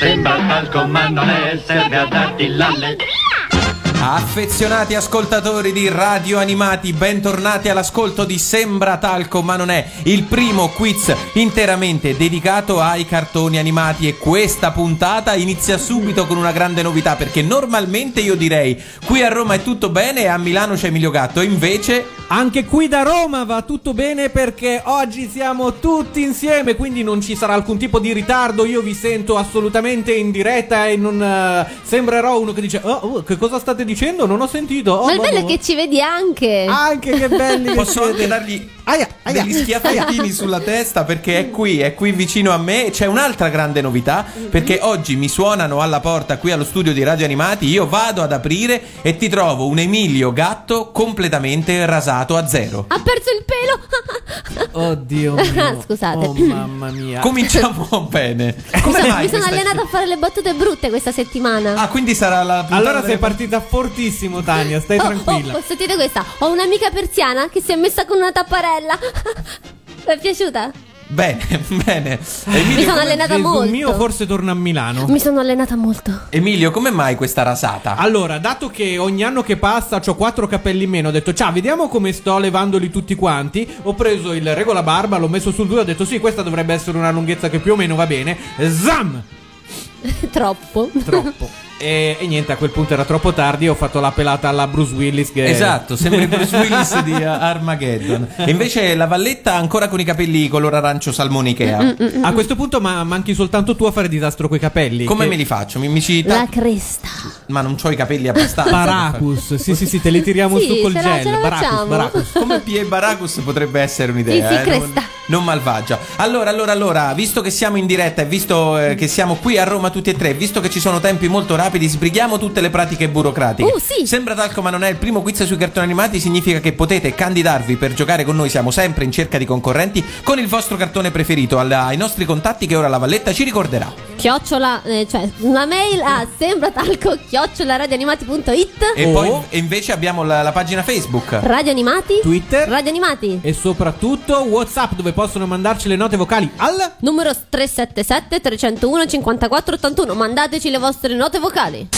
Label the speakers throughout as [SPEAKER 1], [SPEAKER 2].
[SPEAKER 1] Sembra al comando lei, serve a darti l'alle.
[SPEAKER 2] Affezionati ascoltatori di Radio Animati, bentornati all'ascolto di Sembra Talco ma non è il primo quiz interamente dedicato ai cartoni animati e questa puntata inizia subito con una grande novità perché normalmente io direi qui a Roma è tutto bene e a Milano c'è Emilio Gatto, invece
[SPEAKER 3] Anche qui da Roma va tutto bene perché oggi siamo tutti insieme, quindi non ci sarà alcun tipo di ritardo. Io vi sento assolutamente in diretta e non eh, sembrerò uno che dice: Oh, oh, che cosa state dicendo? Non ho sentito. Oh,
[SPEAKER 4] Ma il bello è
[SPEAKER 3] boh, boh."
[SPEAKER 4] che ci vedi anche.
[SPEAKER 3] Anche che belli che
[SPEAKER 2] posso
[SPEAKER 3] siete. Eh,
[SPEAKER 2] anche dargli
[SPEAKER 3] Aia, aia.
[SPEAKER 2] degli schiaffettini sulla testa perché è qui, è qui vicino a me. C'è un'altra grande novità perché oggi mi suonano alla porta qui allo studio di Radio Animati. Io vado ad aprire e ti trovo un Emilio Gatto completamente rasato a zero.
[SPEAKER 4] Ha perso il pelo.
[SPEAKER 3] Oddio mio.
[SPEAKER 4] Scusate.
[SPEAKER 3] Oh, mamma mia.
[SPEAKER 2] Cominciamo bene. Come mai
[SPEAKER 4] Mi sono
[SPEAKER 2] questa-
[SPEAKER 4] allenata a fare le battute brutte questa settimana.
[SPEAKER 2] Ah, quindi sarà la puntata
[SPEAKER 3] allora sei
[SPEAKER 2] delle-
[SPEAKER 3] partita fortissimo, Tania. Stai
[SPEAKER 4] Oh,
[SPEAKER 3] tranquilla.
[SPEAKER 4] oh, oh, sentite questa. Ho un'amica persiana che si è messa con una tapparella. Vi è piaciuta?
[SPEAKER 2] Bene, bene.
[SPEAKER 4] Mi
[SPEAKER 2] Emilio,
[SPEAKER 4] sono allenata
[SPEAKER 3] Gesù
[SPEAKER 4] molto.
[SPEAKER 3] mio forse torna a Milano.
[SPEAKER 4] Mi sono allenata molto.
[SPEAKER 2] Emilio, come mai questa rasata?
[SPEAKER 3] Allora, dato che ogni anno che passa ho quattro capelli in meno, ho detto ciao, vediamo come sto levandoli tutti quanti. Ho preso il regola barba, l'ho messo sul due, ho detto sì, questa dovrebbe essere una lunghezza che più o meno va bene. Zam!
[SPEAKER 4] Troppo.
[SPEAKER 3] Troppo. e, e niente, a quel punto era troppo tardi, ho fatto la pelata alla Bruce Willis. Che...
[SPEAKER 2] Esatto, sembra il Bruce Willis di eh. Armageddon. E invece la valletta ancora con i capelli color arancio
[SPEAKER 4] Mm,
[SPEAKER 2] salmonichea.
[SPEAKER 3] A questo punto ma manchi soltanto tu a fare disastro coi capelli.
[SPEAKER 2] Come
[SPEAKER 3] che-
[SPEAKER 2] me li faccio? Mi, mi ci ta-
[SPEAKER 4] La cresta.
[SPEAKER 2] Ma non ho i capelli abbastanza. per
[SPEAKER 3] Baracus, sì sì sì, te li tiriamo
[SPEAKER 4] Sì,
[SPEAKER 3] su col
[SPEAKER 4] ce la- ce la
[SPEAKER 3] gel. Baracus,
[SPEAKER 4] facciamo.
[SPEAKER 3] Baracus.
[SPEAKER 2] far- Come Pie Baracus potrebbe essere un'idea.
[SPEAKER 4] Sì, sì,
[SPEAKER 2] eh, non,
[SPEAKER 4] cresta.
[SPEAKER 2] non malvagia. Allora, allora, allora, visto che siamo in diretta e visto eh, che siamo qui a Roma tutti e tre, visto che ci sono tempi molto rapidi, sbrighiamo tutte le pratiche burocratiche.
[SPEAKER 4] Uh, sì.
[SPEAKER 2] Sembra talco, ma non è il primo quiz sui cartoni animati, significa che potete candidarvi per giocare con noi, siamo sempre in cerca di concorrenti, con il vostro cartone preferito, alla- ai nostri contatti che ora la Valletta ci ricorderà.
[SPEAKER 4] Chiocciola. eh, cioè, una mail a sembratalco chiocciolaradianimati.it.
[SPEAKER 2] E
[SPEAKER 3] Oh.
[SPEAKER 2] poi e invece abbiamo la, la pagina Facebook.
[SPEAKER 4] Radio Animati.
[SPEAKER 3] Twitter.
[SPEAKER 4] Radio Animati.
[SPEAKER 3] E soprattutto WhatsApp dove possono mandarci le note vocali al
[SPEAKER 4] Numero 377 301 54 81. Mandateci le vostre note vocali.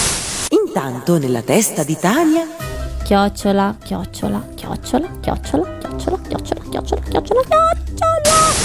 [SPEAKER 5] Intanto nella testa di Tania
[SPEAKER 4] Chiocciola, chiocciola, chiocciola, chiocciola, chiocciola, chiocciola, chiocciola, chiocciola, chiocciola.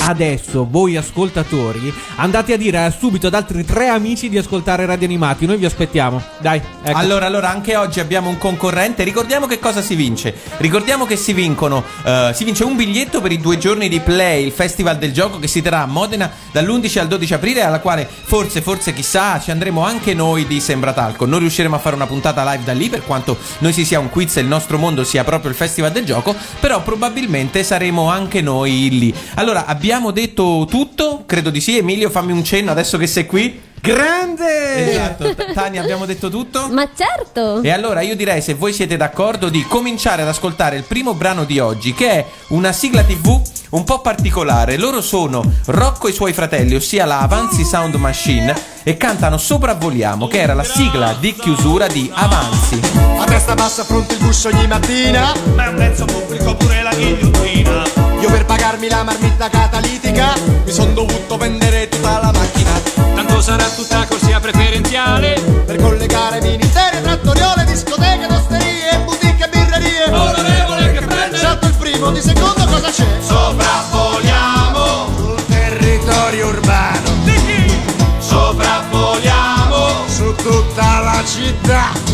[SPEAKER 3] Adesso voi ascoltatori andate a dire eh, subito ad altri tre amici di ascoltare Radio Animati. Noi vi aspettiamo. Dai, ecco.
[SPEAKER 2] Allora, allora, anche oggi abbiamo un concorrente. Ricordiamo che cosa si vince. Ricordiamo che si vincono. eh, si vince un biglietto per i due giorni di Play, il festival del gioco che si terrà a Modena dall'11 al 12 aprile. Alla quale forse, forse, chissà, ci andremo anche noi di Sembratalco. Non riusciremo a fare una puntata live da lì, per quanto noi si sia un quiz e il nostro mondo sia proprio il festival del gioco. Però probabilmente saremo anche noi lì. Allora, abbiamo detto tutto? Credo di sì. Emilio, fammi un cenno adesso che sei qui.
[SPEAKER 3] grande!
[SPEAKER 2] Esatto. Tania, abbiamo detto tutto?
[SPEAKER 4] Ma certo!
[SPEAKER 2] E allora io direi, se voi siete d'accordo, di cominciare ad ascoltare il primo brano di oggi, che è una sigla TV un po' particolare. Loro sono Rocco e i suoi fratelli, ossia la Avanzi Sound Machine, e cantano Sopravvoliamo, che era la sigla di chiusura di Avanzi.
[SPEAKER 6] A testa bassa affronto il bus ogni mattina
[SPEAKER 7] Ma è un mezzo pubblico pure la ghigliottina
[SPEAKER 6] Io per pagarmi la marmitta catalitica Mi son dovuto vendere tutta la macchina
[SPEAKER 7] Tanto sarà tutta corsia preferenziale
[SPEAKER 6] Per collegare ministeri, trattoriole, discoteche, osterie, boutique e birrerie
[SPEAKER 7] Onorevole che prende
[SPEAKER 6] Salto il primo, di secondo cosa c'è?
[SPEAKER 7] Sopravvoliamo
[SPEAKER 6] Sul territorio urbano
[SPEAKER 7] Di chi? Sopravvoliamo
[SPEAKER 6] Su tutta la città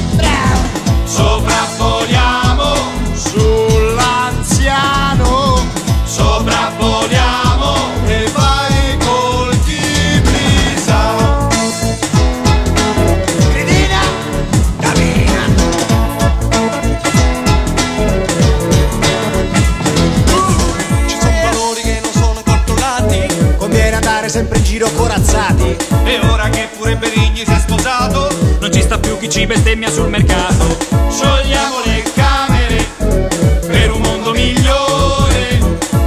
[SPEAKER 7] Sopravvoliamo
[SPEAKER 6] Sull'anziano
[SPEAKER 7] Sopravvoliamo
[SPEAKER 6] E vai col chi brisa Gridina, cammina Ci sono valori che non sono controllati Conviene andare sempre in giro corazzati
[SPEAKER 7] E ora che pure Berigni si è sposato si bestemmia sul mercato. Sciogliamo le camere per un mondo migliore.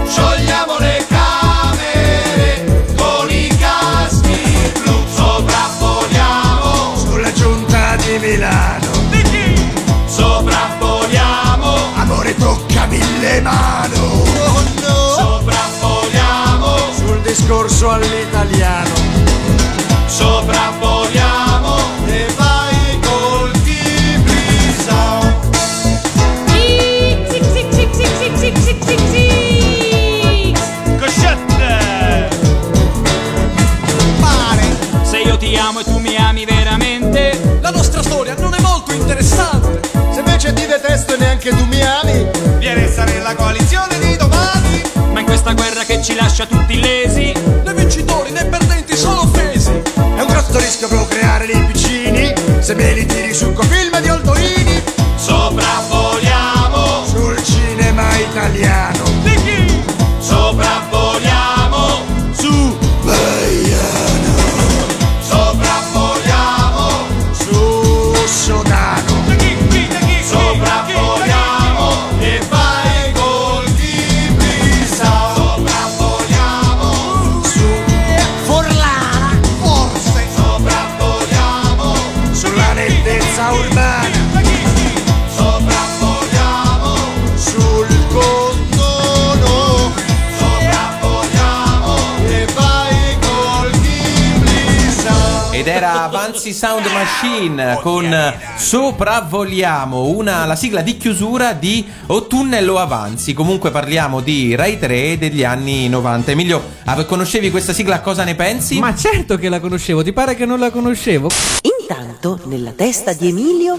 [SPEAKER 7] Sciogliamo le camere con i caschi blu. Sopravvoliamo
[SPEAKER 8] sulla giunta di Milano.
[SPEAKER 7] Sopravvoliamo,
[SPEAKER 8] Amore toccami le mano. Oh no!
[SPEAKER 7] sopravvoliamo,
[SPEAKER 8] Sul discorso all'italiano.
[SPEAKER 7] sopravvoliamo.
[SPEAKER 8] E vai col Ghibli
[SPEAKER 7] Coscette!
[SPEAKER 6] Pare,
[SPEAKER 7] Se io ti amo e tu mi ami veramente,
[SPEAKER 6] la nostra storia non è molto interessante. Se invece ti detesto e neanche tu mi ami, vieni a stare nella coalizione di domani.
[SPEAKER 7] ma in questa guerra che ci lascia tutti illesi,
[SPEAKER 6] Né vincitori né perdenti sono offesi.
[SPEAKER 8] È un grosso rischio procreare dei piccini Se me li tiri su con film di Oltorini
[SPEAKER 7] sopravvoliamo,
[SPEAKER 8] Sul cinema italiano
[SPEAKER 7] sopravvoliamo,
[SPEAKER 8] Su Baiano
[SPEAKER 7] sopravvoliamo,
[SPEAKER 8] Su Sodano
[SPEAKER 7] sopravvoliamo e vai col Ghibli.
[SPEAKER 8] Su Forlana Forse Sopravvoliamo Sulla lentezza urbana Sopravvoliamo Sul condono Sopravvoliamo E vai col Ghibli
[SPEAKER 2] Ed era Avanzi Sound Machine con eh, Sopravvoliamo, una, la sigla di chiusura di Otunnello Avanzi. Comunque parliamo di Rai 3 e degli anni 90. Emilio, ah, conoscevi questa sigla? Cosa ne pensi?
[SPEAKER 3] Ma certo che la conoscevo, ti pare che non la conoscevo?
[SPEAKER 5] Intanto, nella testa di Emilio,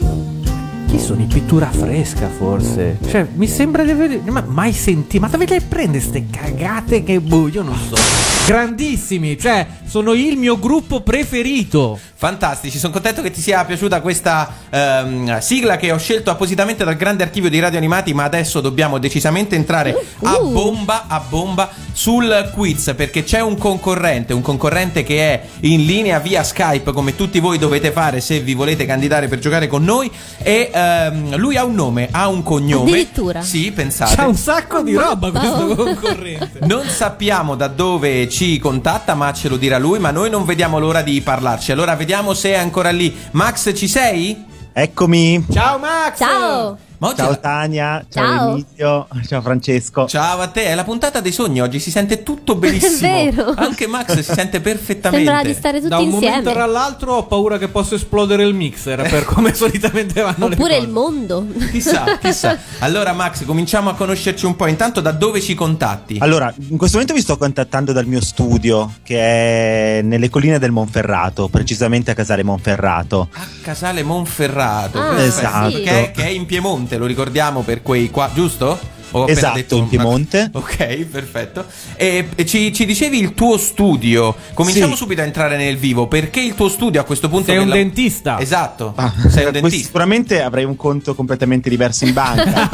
[SPEAKER 3] Chi sono in pittura fresca forse? Cioè, mi sembra di vedere. Ma mai senti? Ma dove le prende ste cagate che boh, io non so. Grandissimi, cioè, sono il mio gruppo preferito.
[SPEAKER 2] Fantastici, sono contento che ti sia piaciuta questa ehm, sigla che ho scelto appositamente dal grande archivio di radio animati, ma adesso dobbiamo decisamente entrare a
[SPEAKER 4] Uh.
[SPEAKER 2] bomba a bomba sul quiz perché c'è un concorrente, un concorrente che è in linea via Skype come tutti voi dovete fare se vi volete candidare per giocare con noi e ehm, lui ha un nome, ha un cognome.
[SPEAKER 4] Addirittura.
[SPEAKER 2] Sì, pensate.
[SPEAKER 3] C'ha un sacco di roba questo
[SPEAKER 4] Mappa.
[SPEAKER 3] concorrente.
[SPEAKER 2] Non sappiamo da dove ci contatta, ma ce lo dirà lui. Ma noi non vediamo l'ora di parlarci. Allora vediamo se è ancora lì. Max, ci sei?
[SPEAKER 9] Eccomi.
[SPEAKER 2] Ciao, Max.
[SPEAKER 4] Ciao.
[SPEAKER 2] Ma oggi è
[SPEAKER 9] Ciao
[SPEAKER 2] la-
[SPEAKER 9] Tania, ciao,
[SPEAKER 4] Ciao.
[SPEAKER 9] Emilio, ciao Francesco.
[SPEAKER 2] Ciao a te, è la puntata dei sogni oggi. Si sente tutto benissimo.
[SPEAKER 4] È vero.
[SPEAKER 2] Anche Max si sente perfettamente.
[SPEAKER 4] Sembra di stare tutti
[SPEAKER 3] Da un momento
[SPEAKER 4] insieme.
[SPEAKER 3] all'altro ho paura che possa esplodere il mixer per come solitamente vanno
[SPEAKER 4] Oppure
[SPEAKER 3] le
[SPEAKER 4] il
[SPEAKER 3] cose.
[SPEAKER 4] mondo.
[SPEAKER 2] Chissà, chissà. Allora, Max, cominciamo a conoscerci un po'. Intanto, da dove ci contatti?
[SPEAKER 9] Allora, in questo momento vi sto contattando dal mio studio che è nelle colline del Monferrato, precisamente a Casale Monferrato.
[SPEAKER 2] A Casale Monferrato,
[SPEAKER 4] Ah,
[SPEAKER 2] perfetto,
[SPEAKER 9] Esatto.
[SPEAKER 2] che, è, che è in Piemonte, lo ricordiamo per quei qua, giusto? Ho appena
[SPEAKER 9] Esatto, in
[SPEAKER 2] una-
[SPEAKER 9] Piemonte.
[SPEAKER 2] Ok, perfetto. E, e ci, ci dicevi il tuo studio. Cominciamo
[SPEAKER 9] Sì.
[SPEAKER 2] subito a entrare nel vivo. Perché il tuo studio a questo punto?
[SPEAKER 3] Sei
[SPEAKER 2] che
[SPEAKER 3] un
[SPEAKER 2] la-
[SPEAKER 3] dentista.
[SPEAKER 2] Esatto,
[SPEAKER 9] Ah,
[SPEAKER 2] sei un
[SPEAKER 9] questo-
[SPEAKER 2] dentista.
[SPEAKER 9] Sicuramente avrei un conto completamente diverso in banca.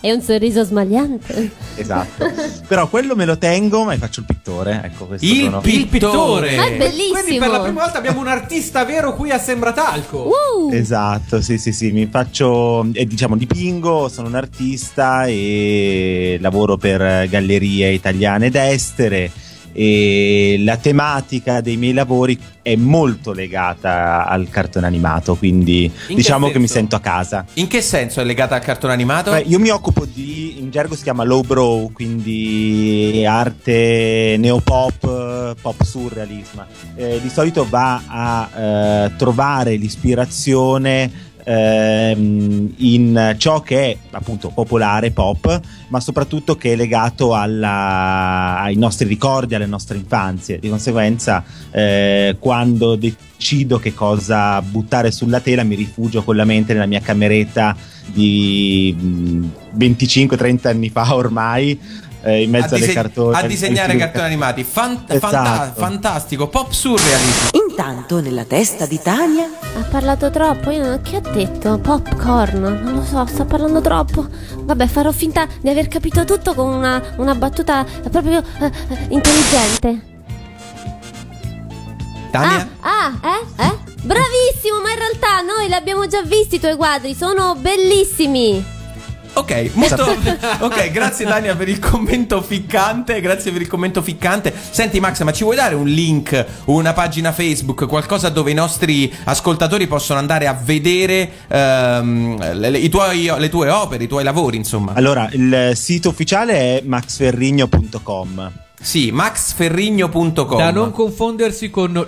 [SPEAKER 4] e un sorriso smagliante.
[SPEAKER 9] esatto. Però quello me lo tengo e faccio il pittore. Ecco, questo
[SPEAKER 2] Il
[SPEAKER 9] sono-
[SPEAKER 3] Il pittore.
[SPEAKER 2] pittore.
[SPEAKER 4] Ma Ah, è bellissimo.
[SPEAKER 3] Quindi per la prima volta abbiamo un artista vero qui a Sembratalco.
[SPEAKER 4] Uh,
[SPEAKER 9] Esatto, sì, sì, sì, mi faccio, eh, diciamo, dipingo, sono un artista e lavoro per eh, gallerie italiane ed estere e la tematica dei miei lavori è molto legata al cartone animato, quindi
[SPEAKER 2] che
[SPEAKER 9] diciamo che mi
[SPEAKER 2] senso?
[SPEAKER 9] sento a casa.
[SPEAKER 2] In che senso è legata al cartone animato?
[SPEAKER 9] Beh, io mi occupo di, in gergo si chiama lowbrow, quindi arte neopop, eh, pop surrealism. Eh, di solito va a eh, trovare l'ispirazione ehm, in ciò che è appunto popolare, pop, ma soprattutto che è legato alla- ai nostri ricordi, alle nostre infanzie. Di conseguenza, eh, quando decido che cosa buttare sulla tela, mi rifugio con la mente nella mia cameretta di mh, 25-30 anni fa ormai, eh, in mezzo
[SPEAKER 2] a,
[SPEAKER 9] alle
[SPEAKER 2] diseg-
[SPEAKER 9] cartoni.
[SPEAKER 2] a disegnare cartoni animati. Fan- fanta-
[SPEAKER 9] Esatto.
[SPEAKER 2] fantastico, pop surrealismo.
[SPEAKER 5] intanto nella testa di Tania,
[SPEAKER 4] ha parlato troppo. Io non... Che ha detto? Popcorn. Non lo so, sta parlando troppo. Vabbè, farò finta di aver capito tutto con una, una battuta proprio eh, eh, intelligente.
[SPEAKER 2] Tania?
[SPEAKER 4] Ah, ah, eh? Eh? Bravissimo, ma in realtà noi li abbiamo già visti i tuoi quadri, sono bellissimi.
[SPEAKER 2] Ok, molto. ok, grazie Tania per il commento ficcante. Grazie per il commento ficcante. Senti, Max, ma ci vuoi dare un link, una pagina Facebook, qualcosa dove i nostri ascoltatori possono andare a vedere ehm, le, le- i tuoi- le tue opere, i tuoi lavori, insomma?
[SPEAKER 9] Allora, il sito ufficiale è maxferrigno.com.
[SPEAKER 2] Sì, maxferrigno.com.
[SPEAKER 3] Da non confondersi con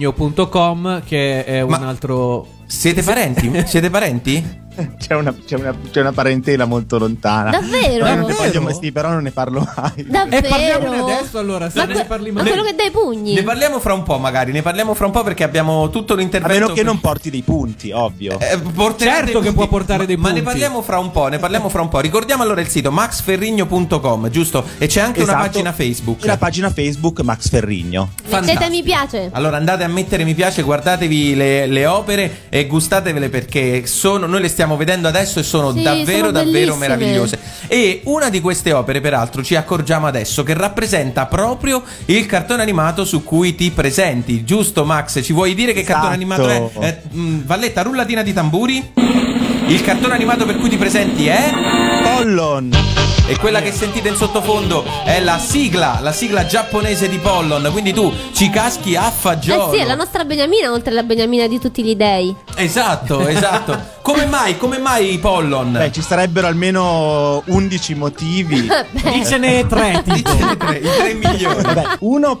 [SPEAKER 3] luferrigno.com che è un
[SPEAKER 2] Ma-
[SPEAKER 3] altro...
[SPEAKER 2] Siete parenti? Siete parenti?
[SPEAKER 9] C'è una, c'è una- c'è una parentela molto lontana.
[SPEAKER 4] Davvero?
[SPEAKER 9] Però non, ne
[SPEAKER 3] Davvero?
[SPEAKER 9] voglio mai- sì, però non ne parlo mai.
[SPEAKER 4] Davvero?
[SPEAKER 3] E parliamone adesso allora, se
[SPEAKER 4] Ma,
[SPEAKER 3] ne
[SPEAKER 4] que-
[SPEAKER 3] parli
[SPEAKER 4] ma
[SPEAKER 3] mai.
[SPEAKER 4] quello che dai pugni.
[SPEAKER 2] Ne parliamo fra un po', magari. Ne parliamo fra un po' perché abbiamo tutto
[SPEAKER 9] A
[SPEAKER 2] l'intervento.
[SPEAKER 9] meno che non porti dei punti, ovvio.
[SPEAKER 2] Eh, porterà
[SPEAKER 3] Certo
[SPEAKER 2] dei
[SPEAKER 3] che
[SPEAKER 2] punti,
[SPEAKER 3] può portare
[SPEAKER 2] ma-
[SPEAKER 3] dei
[SPEAKER 2] Ma ne
[SPEAKER 3] punti.
[SPEAKER 2] parliamo fra un po', ne parliamo fra un po'. Ricordiamo allora il sito maxferrigno.com, giusto? E c'è anche una
[SPEAKER 9] Esatto.
[SPEAKER 2] pagina Facebook.
[SPEAKER 9] E la pagina Facebook Max Ferrigno.
[SPEAKER 4] Mettete mi piace.
[SPEAKER 2] Allora andate a mettere mi piace, guardatevi le, le opere e gustatevele perché sono, noi le stiamo vedendo adesso e sono
[SPEAKER 4] Sì,
[SPEAKER 2] davvero
[SPEAKER 4] sono
[SPEAKER 2] davvero
[SPEAKER 4] bellissime.
[SPEAKER 2] meravigliose. E una di queste opere peraltro ci accorgiamo adesso che rappresenta proprio il cartone animato su cui ti presenti, giusto Max? Ci vuoi dire che cartone
[SPEAKER 9] Esatto.
[SPEAKER 2] animato è? Eh, mh, Valletta, rullatina di tamburi? Il cartone animato per cui ti presenti è...
[SPEAKER 9] Pollon.
[SPEAKER 2] E quella che sentite in sottofondo è la sigla, la sigla giapponese di Pollon. Quindi tu ci caschi a fagiolo.
[SPEAKER 4] Eh sì, è la nostra Beniamina oltre alla Beniamina di tutti gli dei.
[SPEAKER 2] Esatto, esatto. Come mai, come mai Pollon?
[SPEAKER 9] Beh, ci sarebbero almeno 11 motivi.
[SPEAKER 3] Dicene tre, tipo.
[SPEAKER 2] Dicene i tre, i tre migliori.
[SPEAKER 9] Beh, uno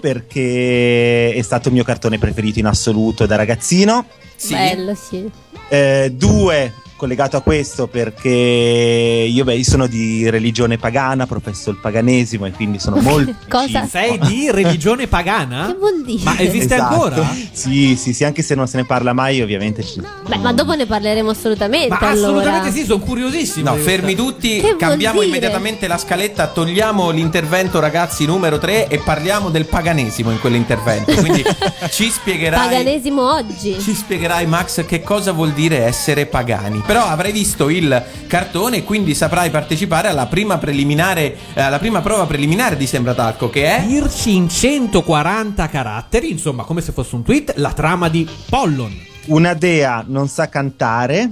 [SPEAKER 9] perché è stato il mio cartone preferito in assoluto da ragazzino.
[SPEAKER 2] Sì.
[SPEAKER 4] Bello, sì.
[SPEAKER 9] Eh, due, collegato a questo, perché io beh, io sono di religione pagana, professo il paganesimo e quindi sono molto.
[SPEAKER 4] Cosa?
[SPEAKER 9] vicino.
[SPEAKER 3] Sei di religione pagana?
[SPEAKER 4] Che vuol dire?
[SPEAKER 3] Ma esiste
[SPEAKER 9] Esatto.
[SPEAKER 3] ancora?
[SPEAKER 9] Sì, sì, sì, anche se non se ne parla mai, ovviamente. ci-
[SPEAKER 4] Beh, ma dopo ne parleremo assolutamente.
[SPEAKER 3] Ma
[SPEAKER 4] allora.
[SPEAKER 3] assolutamente sì, sono curiosissimo.
[SPEAKER 2] No, fermi tutti,
[SPEAKER 4] Che vuol
[SPEAKER 2] cambiamo
[SPEAKER 4] dire?
[SPEAKER 2] immediatamente la scaletta, togliamo l'intervento ragazzi numero 3 e parliamo del paganesimo in quell'intervento. Quindi ci spiegherai
[SPEAKER 4] Paganesimo oggi.
[SPEAKER 2] Ci spiegherai, Max, che cosa vuol dire essere pagani. Però avrai visto il cartone, quindi saprai partecipare alla prima preliminare, eh, alla prima prova preliminare di Sembra Talco, che è.
[SPEAKER 3] Dirci in 140 caratteri, insomma, come se fosse un tweet, la trama di Pollon.
[SPEAKER 9] Una dea non sa cantare.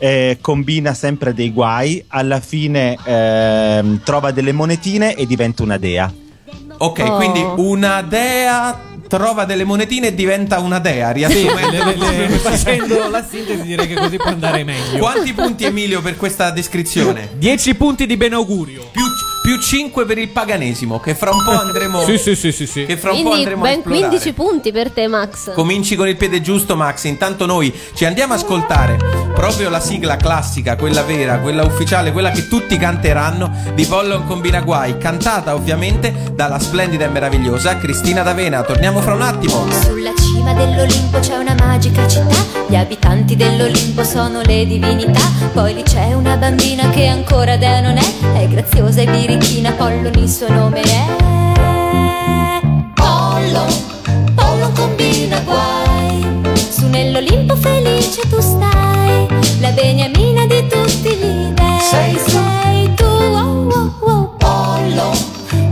[SPEAKER 9] eh, combina sempre dei guai, alla fine ehm, trova delle monetine e diventa una dea.
[SPEAKER 2] Ok,
[SPEAKER 4] Oh.
[SPEAKER 2] quindi una dea trova delle monetine e diventa una dea. Riassumendo.
[SPEAKER 3] Le- le- le- facendo la sintesi direi che così può andare meglio.
[SPEAKER 2] Quanti punti, Emilio, per questa descrizione?
[SPEAKER 3] 10 punti di benaugurio.
[SPEAKER 2] Più, 5 per il paganesimo, che fra un po' andremo.
[SPEAKER 3] Sì, sì, sì, sì, sì.
[SPEAKER 2] Che fra un po'
[SPEAKER 4] Quindi
[SPEAKER 2] andremo a
[SPEAKER 4] ben
[SPEAKER 2] esplorare.
[SPEAKER 4] 15 punti per te, Max.
[SPEAKER 2] Cominci con il piede giusto, Max. Intanto noi ci andiamo a ascoltare proprio la sigla classica, quella vera, quella ufficiale, quella che tutti canteranno di Pollon Combina Guai, cantata ovviamente dalla splendida e meravigliosa Cristina D'Avena. Torniamo fra un attimo.
[SPEAKER 10] Sulla cima dell'Olimpo c'è una magica città, gli abitanti dell'Olimpo sono le divinità, poi lì c'è una bambina che ancora dea non è, è graziosa e birichina, Pollon il suo nome è. Pollon, Pollon combina guai, su nell'Olimpo felice tu stai, la beniamina di tutti gli dei. Sei, tu, oh, oh, oh. Pollon,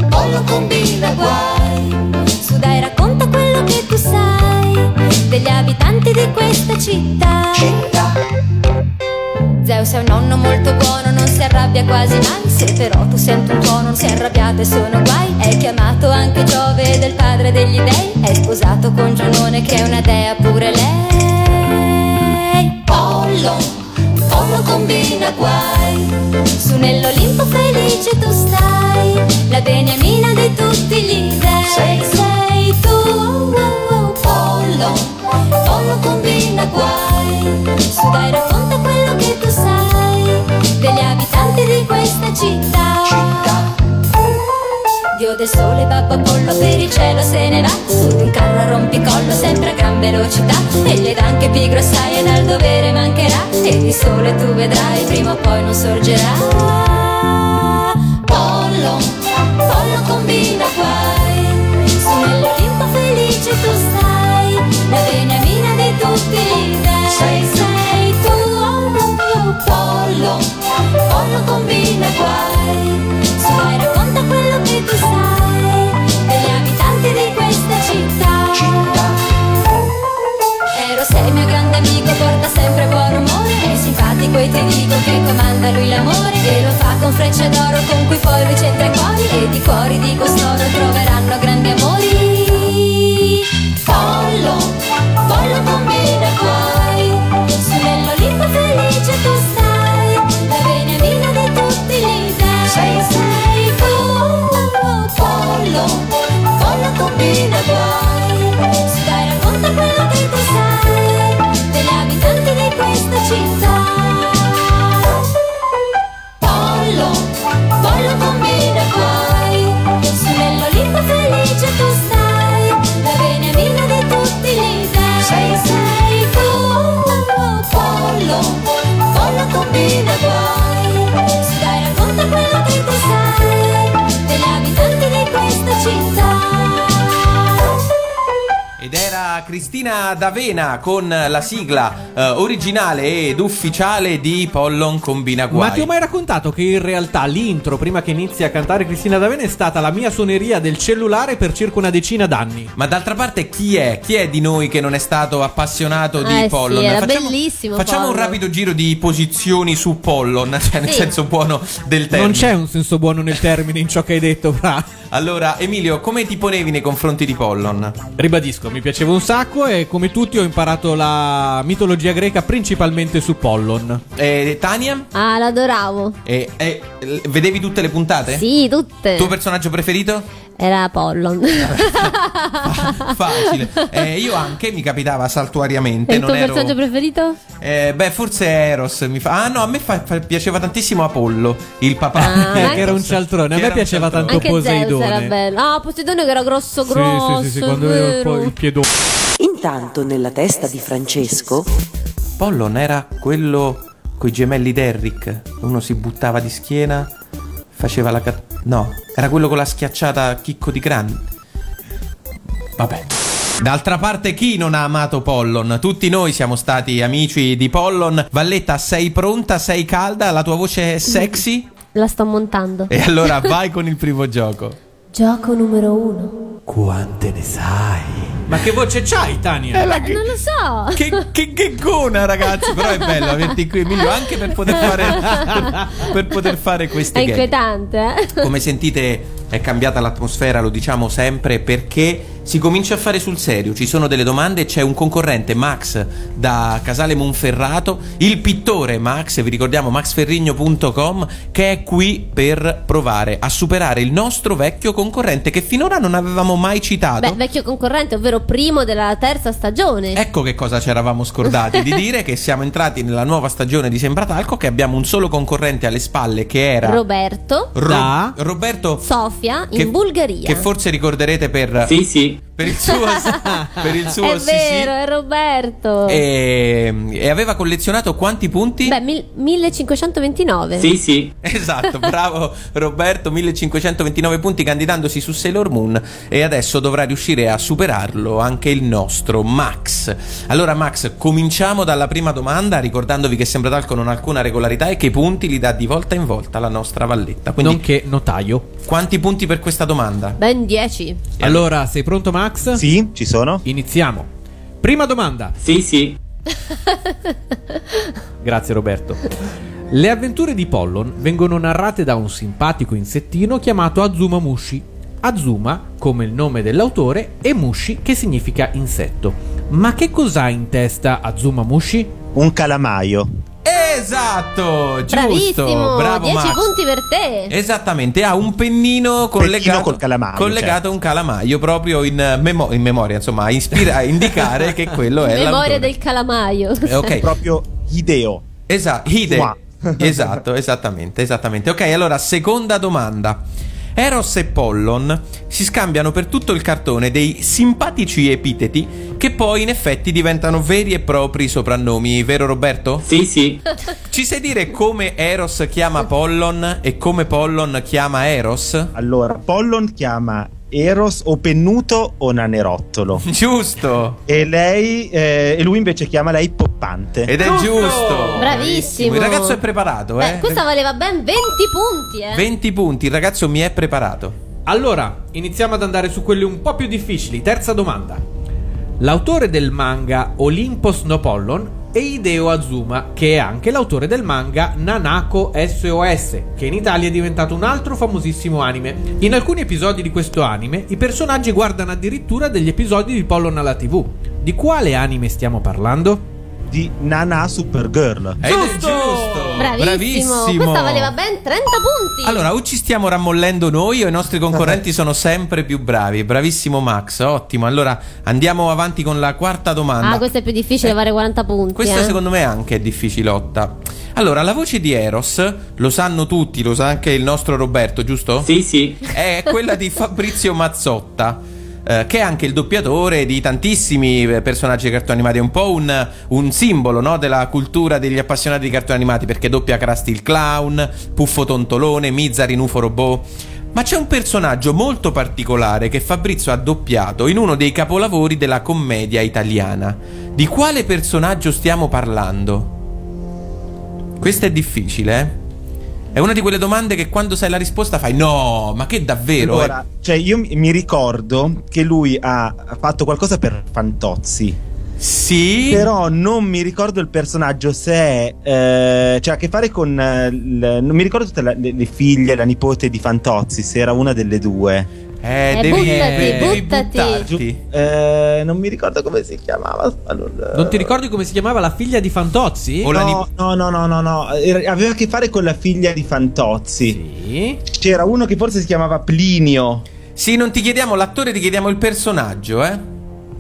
[SPEAKER 10] Pollon combina guai, su dai racconta quello che tu sai, degli abitanti di questa città. Zeus è un nonno molto buono, non si arrabbia quasi mai. Se però tu senti un tuono, non si è arrabbiato e sono guai. È chiamato anche Giove ed è il padre degli dei. È sposato con Giunone che è una dea pure lei. Pollo, pollo combina guai. Su nell'Olimpo felice tu stai. La beniamina di tutti gli dei. Sei, tu, oh, oh, oh. pollo, pollo combina guai. Su dai racconta quello che tu sai degli abitanti di questa città. Dio del sole, babbo pollo, per il cielo se ne va Su di un carro a rompicollo, sempre a gran velocità E le dà anche pigro, sai, e dal dovere mancherà E di sole tu vedrai, prima o poi non sorgerà Pollo, pollo combina guai Su nell'Olimpo felice tu stai La beniamina di tutti gli dei Sei, sei tu, oh, oh, oh, pollo Pollo combina guai Su dai racconta quello che tu sai Degli abitanti di questa città Ero sempre con frecce d'oro con cui poi lui centra i cuori e di cuori di costoro troveranno grandi amori. Pollo, pollo combina cuori, su nell'Olimpo felice tu stai, la beniamina di tutti gli dei. Sei, sei tu, pollo, pollo combina cuori, su dai racconta quello che tu sai, degli abitanti di questa città. Pollo, pollo combina cuori, su nell'Olimpo felice tu stai, la beniamina di tutti gli dei. Sei, sei tu, pollo, pollo combina cuori, su dai racconta quello che tu sai, degli abitanti di questa città.
[SPEAKER 2] Ed era Cristina D'Avena con la sigla eh, originale ed ufficiale di Pollon Combina Guai.
[SPEAKER 3] Ma ti ho mai raccontato che in realtà l'intro, prima che inizi a cantare Cristina D'Avena, è stata la mia suoneria del cellulare per circa una decina d'anni.
[SPEAKER 2] Ma d'altra parte chi è? Chi è di noi che non è stato appassionato di
[SPEAKER 4] Eh sì,
[SPEAKER 2] Pollon?
[SPEAKER 4] era
[SPEAKER 2] facciamo
[SPEAKER 4] bellissimo
[SPEAKER 2] facciamo un
[SPEAKER 4] Pollon.
[SPEAKER 2] rapido giro di posizioni su Pollon, cioè nel
[SPEAKER 4] Sì.
[SPEAKER 2] senso buono del termine.
[SPEAKER 3] Non c'è un senso buono nel termine in ciò che hai detto, fra.
[SPEAKER 2] Allora, Emilio, come ti ponevi nei confronti di Pollon?
[SPEAKER 3] Ribadisco, mi piaceva un sacco e come tutti ho imparato la mitologia greca principalmente su Pollon.
[SPEAKER 2] E Eh, Tania?
[SPEAKER 4] Ah, l'adoravo.
[SPEAKER 2] E- e- l- vedevi tutte le puntate?
[SPEAKER 4] Sì, tutte.
[SPEAKER 2] Tuo personaggio preferito?
[SPEAKER 4] Era Pollon.
[SPEAKER 2] Facile. Eh, io anche mi capitava saltuariamente.
[SPEAKER 4] E il
[SPEAKER 2] non
[SPEAKER 4] tuo
[SPEAKER 2] ero...
[SPEAKER 4] personaggio preferito?
[SPEAKER 2] Eh, beh, forse Eros mi fa. Ah, no, a me fa- fa- piaceva tantissimo Apollo, il papà.
[SPEAKER 3] Eh, che era un cialtrone. A me piaceva tanto
[SPEAKER 4] Ah, Anche Zeus era
[SPEAKER 3] Poseidone.
[SPEAKER 4] bello. Ah, Poseidone che era grosso, grosso. è vero.
[SPEAKER 3] piedone.
[SPEAKER 5] Intanto nella testa di Francesco
[SPEAKER 2] Pollon era quello coi gemelli Derrick. Uno si buttava di schiena, faceva la. ca- no, era quello con la schiacciata a chicco di grande. Vabbè. D'altra parte, chi non ha amato Pollon? Tutti noi siamo stati amici di Pollon. Valletta, sei pronta? Sei calda? La tua voce è sexy?
[SPEAKER 4] La sto montando.
[SPEAKER 2] E allora vai con il primo gioco.
[SPEAKER 4] Gioco numero uno.
[SPEAKER 2] Quante ne sai?
[SPEAKER 3] Ma che voce c'hai, Tania?
[SPEAKER 4] Eh, non lo so.
[SPEAKER 2] Che, che, che gona, ragazzi! Però è bello averti qui, Emilio, anche per poter fare, per poter fare
[SPEAKER 4] È
[SPEAKER 2] queste gag.
[SPEAKER 4] inquietante, eh?
[SPEAKER 2] Come sentite è cambiata l'atmosfera, lo diciamo sempre, perché si comincia a fare sul serio, ci sono delle domande, c'è un concorrente Max da Casale Monferrato, il pittore Max, vi ricordiamo maxferrigno.com, che è qui per provare a superare il nostro vecchio concorrente che finora non avevamo mai citato.
[SPEAKER 4] Beh, vecchio concorrente, ovvero primo della terza stagione.
[SPEAKER 2] Ecco che cosa ci eravamo scordati di dire che siamo entrati nella nuova stagione di Sembratalco che abbiamo un solo concorrente alle spalle che era
[SPEAKER 4] Roberto,
[SPEAKER 2] Ro- Roberto
[SPEAKER 4] Sofia,
[SPEAKER 2] che-
[SPEAKER 4] in Bulgaria.
[SPEAKER 2] che forse ricorderete per
[SPEAKER 1] Sì, sì.
[SPEAKER 2] per il suo per il suo
[SPEAKER 4] è
[SPEAKER 2] sì,
[SPEAKER 4] vero, è Roberto.
[SPEAKER 2] sì. E, e aveva collezionato quanti punti?
[SPEAKER 4] Beh, mil- 1529.
[SPEAKER 2] sì. Esatto, bravo Roberto, 1529 punti candidandosi su Sailor Moon e adesso dovrà riuscire a superarlo anche il nostro Max. Allora Max, cominciamo dalla prima domanda ricordandovi che sembra talco non ha alcuna regolarità e che i punti li dà di volta in volta la nostra valletta. Quindi
[SPEAKER 3] Nonché notaio.
[SPEAKER 2] quanti punti per questa domanda?
[SPEAKER 4] Ben 10.
[SPEAKER 3] Allora, sei pronto, Max?
[SPEAKER 9] Sì, ci sono.
[SPEAKER 3] Iniziamo. Prima domanda.
[SPEAKER 1] Sì, sì.
[SPEAKER 3] Grazie, Roberto. Le avventure di Pollon vengono narrate da un simpatico insettino chiamato Azuma Mushi. Azuma, come il nome dell'autore, e Mushi, che significa insetto. Ma che cos'ha in testa Azuma Mushi?
[SPEAKER 9] Un calamaio.
[SPEAKER 2] Esatto, giusto.
[SPEAKER 4] Bravissimo,
[SPEAKER 2] bravo
[SPEAKER 4] 10
[SPEAKER 2] Max.
[SPEAKER 4] punti per te.
[SPEAKER 2] Esattamente, ha un pennino collegato,
[SPEAKER 9] col calamaio, certo.
[SPEAKER 2] collegato a un calamaio proprio in, eh, memo- in memoria, insomma, a, ispira- a indicare che quello è
[SPEAKER 4] Memoria
[SPEAKER 2] l'autore.
[SPEAKER 4] del calamaio.
[SPEAKER 2] Eh, ok.
[SPEAKER 9] Proprio Ideo.
[SPEAKER 2] Esatto, Hide.
[SPEAKER 9] Qua.
[SPEAKER 2] esatto, esattamente, esattamente. Ok, allora seconda domanda. Eros e Pollon si scambiano per tutto il cartone dei simpatici epiteti che poi in effetti diventano veri e propri soprannomi, vero Roberto?
[SPEAKER 1] Sì, sì.
[SPEAKER 2] Ci sai dire come Eros chiama Pollon e come Pollon chiama Eros?
[SPEAKER 9] Allora, Pollon chiama Eros o pennuto o nanerottolo.
[SPEAKER 2] Giusto!
[SPEAKER 9] E lei, eh, e lui invece chiama lei poppante.
[SPEAKER 2] Ed è giusto!
[SPEAKER 4] Bravissimo.
[SPEAKER 2] Il ragazzo è preparato,
[SPEAKER 4] Beh,
[SPEAKER 2] eh?
[SPEAKER 4] questa valeva ben 20 punti, eh.
[SPEAKER 2] 20 punti, il ragazzo mi è preparato.
[SPEAKER 3] Allora, iniziamo ad andare su quelle un po' più difficili. Terza domanda. L'autore del manga Olympus No Pollon e Hideo Azuma, che è anche l'autore del manga Nanako SOS, che in Italia è diventato un altro famosissimo anime. In alcuni episodi di questo anime, i personaggi guardano addirittura degli episodi di Pollon alla TV. Di quale anime stiamo parlando? Eh,
[SPEAKER 9] Di Nana Supergirl.
[SPEAKER 2] Giusto!
[SPEAKER 4] Bravissimo.
[SPEAKER 2] Bravissimo.
[SPEAKER 4] Questa valeva ben 30 punti.
[SPEAKER 2] Allora, o ci stiamo rammollendo noi o i nostri concorrenti sono sempre più bravi. Bravissimo Max, ottimo. Allora andiamo avanti con la quarta domanda.
[SPEAKER 4] ah, questa è più difficile, fare 40 punti.
[SPEAKER 2] Questa
[SPEAKER 4] eh.
[SPEAKER 2] eh, secondo me anche è difficilotta. Allora, la voce di Eros, lo sanno tutti, lo sa anche il nostro Roberto, giusto? Sì, sì. È quella di Fabrizio Mazzotta. eh, che è anche il doppiatore di tantissimi eh, personaggi di cartoni animati, è un po' un, un simbolo no, della cultura degli appassionati di cartoni animati perché doppia Krusty il clown, Puffo Tontolone, Mizza, Rinufo Robot. Ma c'è un personaggio molto particolare che Fabrizio ha doppiato in uno dei capolavori della commedia italiana. Di quale personaggio stiamo parlando? Questa è difficile, eh? È una di quelle domande che quando sai la risposta fai no, ma che davvero? eh?
[SPEAKER 9] Allora,
[SPEAKER 3] eh.
[SPEAKER 9] cioè, io mi mi ricordo che lui ha fatto qualcosa per Fantozzi.
[SPEAKER 2] Sì.
[SPEAKER 9] Però non mi ricordo il personaggio se è. eh, cioè, ha a che fare con. eh, il- non mi ricordo tutte la- le, le figlie, la nipote di Fantozzi, se era una delle due.
[SPEAKER 2] Eh,
[SPEAKER 4] Eh, devi- buttati, devi buttati. buttarti.
[SPEAKER 9] Eh, non mi ricordo come si chiamava. eh,
[SPEAKER 3] Non ti ricordi come si chiamava la figlia di Fantozzi?
[SPEAKER 9] no, no, no, no, no, no. Era- Aveva a che fare con la figlia di Fantozzi. C'era uno che forse si chiamava Plinio.
[SPEAKER 2] Sì, non ti chiediamo l'attore, ti chiediamo il personaggio, eh?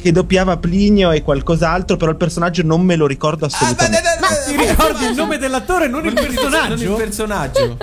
[SPEAKER 9] Che doppiava Plinio e qualcos'altro, però il personaggio non me lo
[SPEAKER 2] Ah,
[SPEAKER 9] ricordo assolutamente.
[SPEAKER 3] Ti ricordi il nome dell'attore, Eh, non il
[SPEAKER 2] Non il
[SPEAKER 3] personaggio?
[SPEAKER 2] personaggio.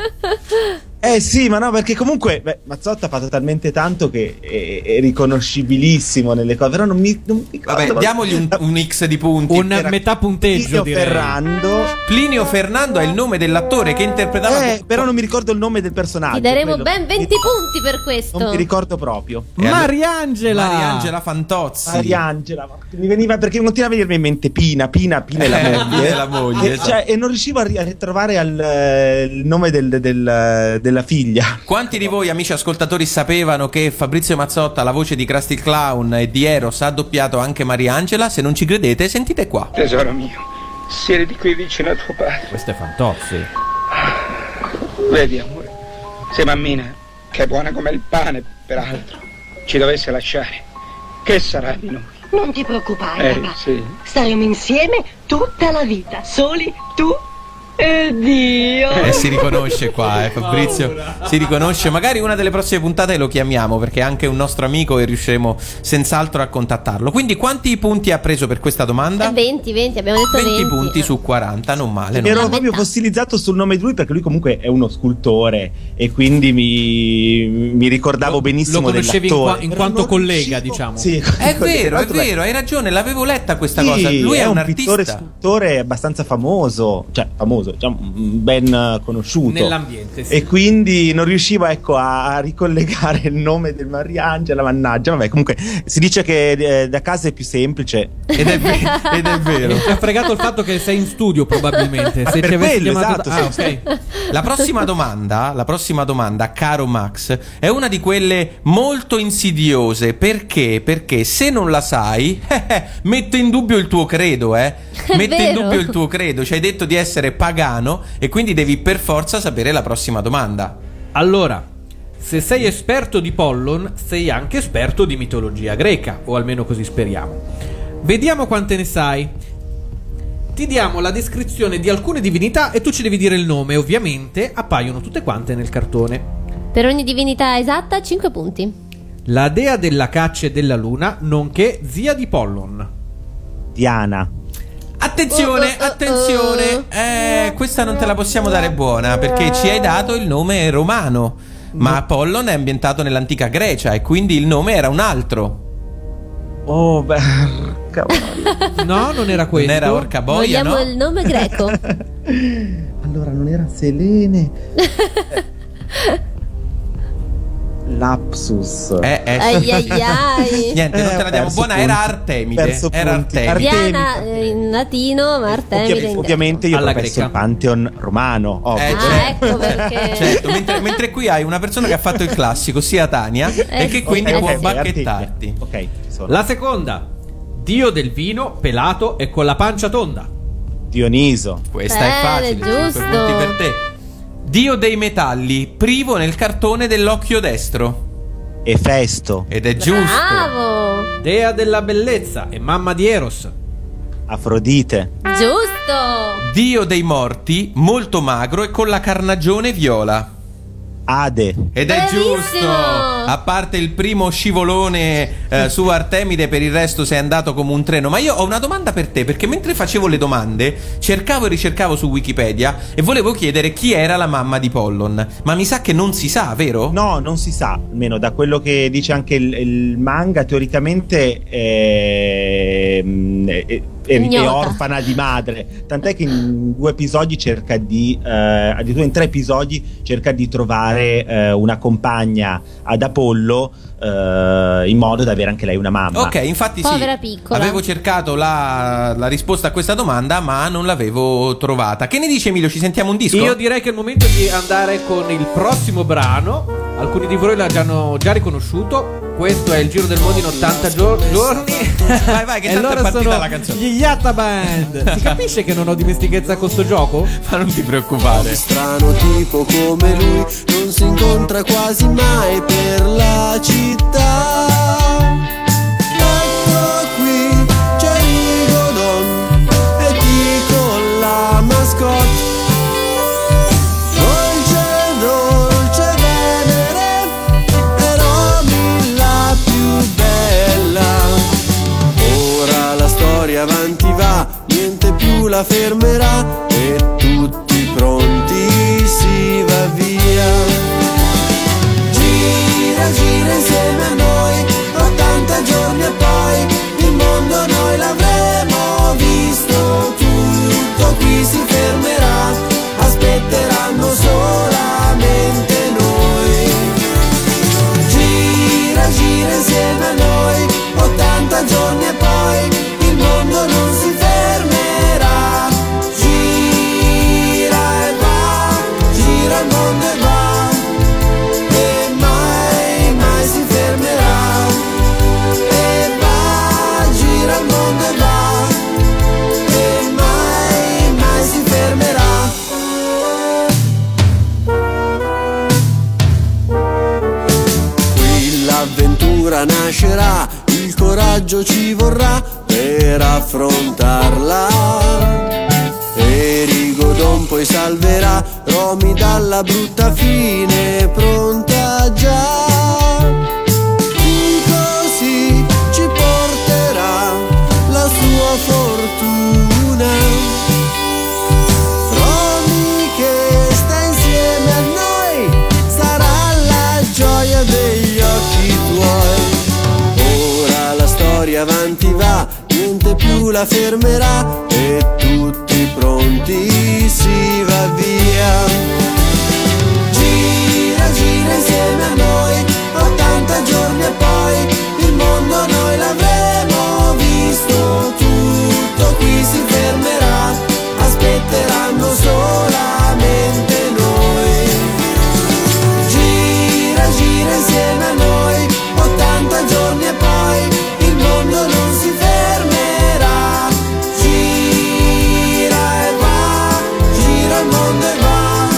[SPEAKER 9] Eh sì, ma no, perché comunque beh, Mazzotta ha fatto talmente tanto che è, è riconoscibilissimo nelle cose. Però non mi, non mi ricordo.
[SPEAKER 2] Vabbè,
[SPEAKER 9] ma-
[SPEAKER 2] diamogli un, un X di punti.
[SPEAKER 9] Un
[SPEAKER 3] metà punteggio,
[SPEAKER 9] Plinio direi. Ferrando.
[SPEAKER 2] Plinio Ferrando è il nome dell'attore che interpretava.
[SPEAKER 9] Eh, però non mi ricordo il nome del personaggio.
[SPEAKER 4] Ti daremo
[SPEAKER 9] quello.
[SPEAKER 4] ben 20 punti per questo.
[SPEAKER 9] Non mi ricordo proprio.
[SPEAKER 3] Mariangela.
[SPEAKER 2] Mariangela Fantozzi.
[SPEAKER 9] Mariangela, ma mi veniva perché continuava a venirmi in mente Pina, Pina, Pina e
[SPEAKER 2] Eh,
[SPEAKER 9] la moglie.
[SPEAKER 2] Pina e la moglie,
[SPEAKER 9] E,
[SPEAKER 2] esatto.
[SPEAKER 9] cioè, e non riuscivo a ri- a ritrovare al, eh, il nome del- del- della figlia.
[SPEAKER 2] Quanti di voi, amici ascoltatori, sapevano che Fabrizio Mazzotta, la voce di Krusty il Clown e di Eros, ha doppiato anche Mariangela? Se non ci credete, sentite qua.
[SPEAKER 11] Tesoro mio, siedi qui vicino a tuo padre.
[SPEAKER 3] Questo è Fantozzi.
[SPEAKER 11] Vedi, amore, se mammina, che è buona come il pane, peraltro, ci dovesse lasciare, che sarà di noi?
[SPEAKER 12] Non ti preoccupare,
[SPEAKER 11] Eh,
[SPEAKER 12] papà.
[SPEAKER 11] sì.
[SPEAKER 12] Staremo insieme tutta la vita, soli tu e Dio.
[SPEAKER 2] Eh, si riconosce qua, eh, Fabrizio. Si riconosce. Magari una delle prossime puntate lo chiamiamo perché è anche un nostro amico e riusciremo senz'altro a contattarlo. Quindi, quanti punti ha preso per questa
[SPEAKER 4] Eh,
[SPEAKER 2] domanda?
[SPEAKER 4] 20, 20, abbiamo detto 20.
[SPEAKER 2] 20 punti su 40, non male.
[SPEAKER 9] Mi
[SPEAKER 2] Non
[SPEAKER 9] ero
[SPEAKER 2] male.
[SPEAKER 9] proprio fossilizzato sul nome di lui perché lui comunque è uno scultore e quindi mi, mi ricordavo benissimo
[SPEAKER 3] Lo conoscevi in,
[SPEAKER 9] dell'attore.
[SPEAKER 3] qua- in quanto collega, diciamo.
[SPEAKER 9] Sì,
[SPEAKER 2] È vero, è
[SPEAKER 9] Tanto beh,
[SPEAKER 2] vero, hai ragione, l'avevo letta questa
[SPEAKER 9] sì,
[SPEAKER 2] cosa. Lui è, un,
[SPEAKER 9] pittore
[SPEAKER 2] artista.
[SPEAKER 9] scultore abbastanza famoso, cioè famoso, diciamo, mm, ben eh, conosciuto.
[SPEAKER 3] Nell'ambiente, sì.
[SPEAKER 9] E quindi non riuscivo ecco, a a ricollegare il nome del Mariangela, mannaggia. Vabbè, comunque si dice che eh, da casa è più semplice.
[SPEAKER 2] Ed è, ed è vero.
[SPEAKER 3] Ci ha fregato il fatto che sei in studio, probabilmente.
[SPEAKER 9] Ma
[SPEAKER 3] Se
[SPEAKER 9] Ah, per
[SPEAKER 3] ci avessi
[SPEAKER 9] quello,
[SPEAKER 3] chiamato.
[SPEAKER 9] esatto,
[SPEAKER 3] ah,
[SPEAKER 9] sì,
[SPEAKER 3] ok.
[SPEAKER 2] La prossima domanda, la prossima domanda, caro Max, è una di quelle molto insidiose. Perché? Perché se non la sai, eh, mette in dubbio il tuo credo, eh. Mette in
[SPEAKER 4] vero.
[SPEAKER 2] dubbio il tuo credo. Ci hai detto di essere pagano e quindi devi per forza sapere la prossima domanda.
[SPEAKER 3] Allora, se sei esperto di Pollon, sei anche esperto di mitologia greca, o almeno così speriamo. Vediamo quante ne sai. Ti diamo la descrizione di alcune divinità e tu ci devi dire il nome. Ovviamente appaiono tutte quante nel cartone.
[SPEAKER 4] Per ogni divinità esatta 5 punti.
[SPEAKER 3] La dea della caccia e della luna, nonché zia di Pollon.
[SPEAKER 9] Diana.
[SPEAKER 4] Oh,
[SPEAKER 2] Attenzione, attenzione. Eh, questa non te la possiamo dare buona perché ci hai dato il nome romano. Ma Apollon è ambientato nell'antica Grecia e quindi il nome era un altro.
[SPEAKER 9] Oh, beh.
[SPEAKER 3] No, non era questo.
[SPEAKER 2] Non era Orca Boia,
[SPEAKER 4] Vogliamo
[SPEAKER 2] no?
[SPEAKER 4] il nome greco.
[SPEAKER 9] Allora, non era Selene. Lapsus.
[SPEAKER 2] Eh, eh.
[SPEAKER 4] ai ai ai.
[SPEAKER 2] Niente, non
[SPEAKER 9] Eh,
[SPEAKER 2] te la
[SPEAKER 9] ho
[SPEAKER 2] diamo
[SPEAKER 9] perso
[SPEAKER 2] buona. Era
[SPEAKER 9] punti.
[SPEAKER 2] Artemide.
[SPEAKER 9] Perso
[SPEAKER 2] Era
[SPEAKER 9] punti.
[SPEAKER 2] Artemide.
[SPEAKER 4] Diana eh, in latino, ma Artemide in
[SPEAKER 9] Ovviamente,
[SPEAKER 4] greco.
[SPEAKER 9] ovviamente io
[SPEAKER 2] Alla
[SPEAKER 9] ho perso
[SPEAKER 2] greca.
[SPEAKER 9] il Pantheon romano. ovvio.
[SPEAKER 2] Eh,
[SPEAKER 4] Ah, ecco perché.
[SPEAKER 2] Certo, mentre, mentre qui hai una persona che ha fatto il classico, sia Tania,
[SPEAKER 4] Ecco.
[SPEAKER 2] e che quindi
[SPEAKER 9] ok,
[SPEAKER 2] può
[SPEAKER 9] ok,
[SPEAKER 2] bacchettarti.
[SPEAKER 9] Ok, ci sono.
[SPEAKER 3] La seconda, dio del vino, pelato e con la pancia tonda.
[SPEAKER 9] Dioniso.
[SPEAKER 2] Questa è facile, cinque
[SPEAKER 4] giusto.
[SPEAKER 2] punti per te. Dio dei metalli, privo nel cartone dell'occhio destro.
[SPEAKER 9] Efesto.
[SPEAKER 2] Ed è giusto.
[SPEAKER 4] Ah. Bravo!
[SPEAKER 3] Dea della bellezza e mamma di Eros.
[SPEAKER 9] Afrodite.
[SPEAKER 4] Giusto!
[SPEAKER 2] Dio dei morti, molto magro e con la carnagione viola.
[SPEAKER 9] Ade.
[SPEAKER 2] Ed è giusto! A parte il primo scivolone eh, su Artemide, per il resto sei andato come un treno. Ma io ho una domanda per te, perché mentre facevo le domande, cercavo e ricercavo su Wikipedia e volevo chiedere chi era la mamma di Pollon. Ma mi sa che non si sa, vero?
[SPEAKER 9] No, non si sa, almeno da quello che dice anche il, il manga, teoricamente è, è- è- è
[SPEAKER 4] Ignota.
[SPEAKER 9] orfana di madre. Tant'è che in due episodi cerca di, eh, addirittura in tre episodi, cerca di trovare eh, una compagna ad Apollo eh, in modo da avere anche lei una mamma.
[SPEAKER 2] Ok, infatti sì.
[SPEAKER 4] Povera piccola.
[SPEAKER 2] Avevo cercato la, la risposta a questa domanda, ma non l'avevo trovata. Che ne dice Emilio? Ci sentiamo un disco?
[SPEAKER 3] Io direi che è il momento di andare con il prossimo brano. Alcuni di voi l'hanno già riconosciuto. Questo è il giro del mondo in 80 gior- giorni.
[SPEAKER 2] Vai, vai, che
[SPEAKER 3] e
[SPEAKER 2] tanto
[SPEAKER 3] loro
[SPEAKER 2] è partita
[SPEAKER 3] sono
[SPEAKER 2] la canzone.
[SPEAKER 3] Gli Yatta Band. Si capisce che non ho dimestichezza con sto gioco?
[SPEAKER 2] Ma non ti preoccupare.
[SPEAKER 13] strano tipo come lui non si incontra quasi mai per la città. Ecco qui c'è il Godon e ti con la mascotte. Dolce, dolce Venere, e Romy la più bella. Ora la storia avanti va, niente più la fermerà e tutti pronti si va via. Gira, gira insieme a noi, 80 giorni e poi il mondo noi l'avremo visto tutto qui si fermerà, aspetteranno solamente noi. Gira, gira insieme a noi, 80 giorni e poi il mondo non si fermerà. Gira e va, gira il mondo e va, e mai, mai si fermerà. E va, gira il mondo e va, e mai, mai si fermerà. Qui l'avventura nascerà, il coraggio ci vorrà per affrontarla. E Rigodon poi salverà Romy dalla brutta fine, pronta già. Così ci porterà la sua fortuna. Romy che sta insieme a noi sarà la gioia degli occhi tuoi. Ora la storia avanti va, niente più la fermerà e tutti pronti si va via. Gira, gira insieme a noi, 80 giorni e poi il mondo noi l'avremo visto. Tutto qui si fermerà, aspetteranno solamente noi. Gira, gira insieme a noi, 80 giorni e poi il mondo non si fermerà. Gira e va, gira il mondo e va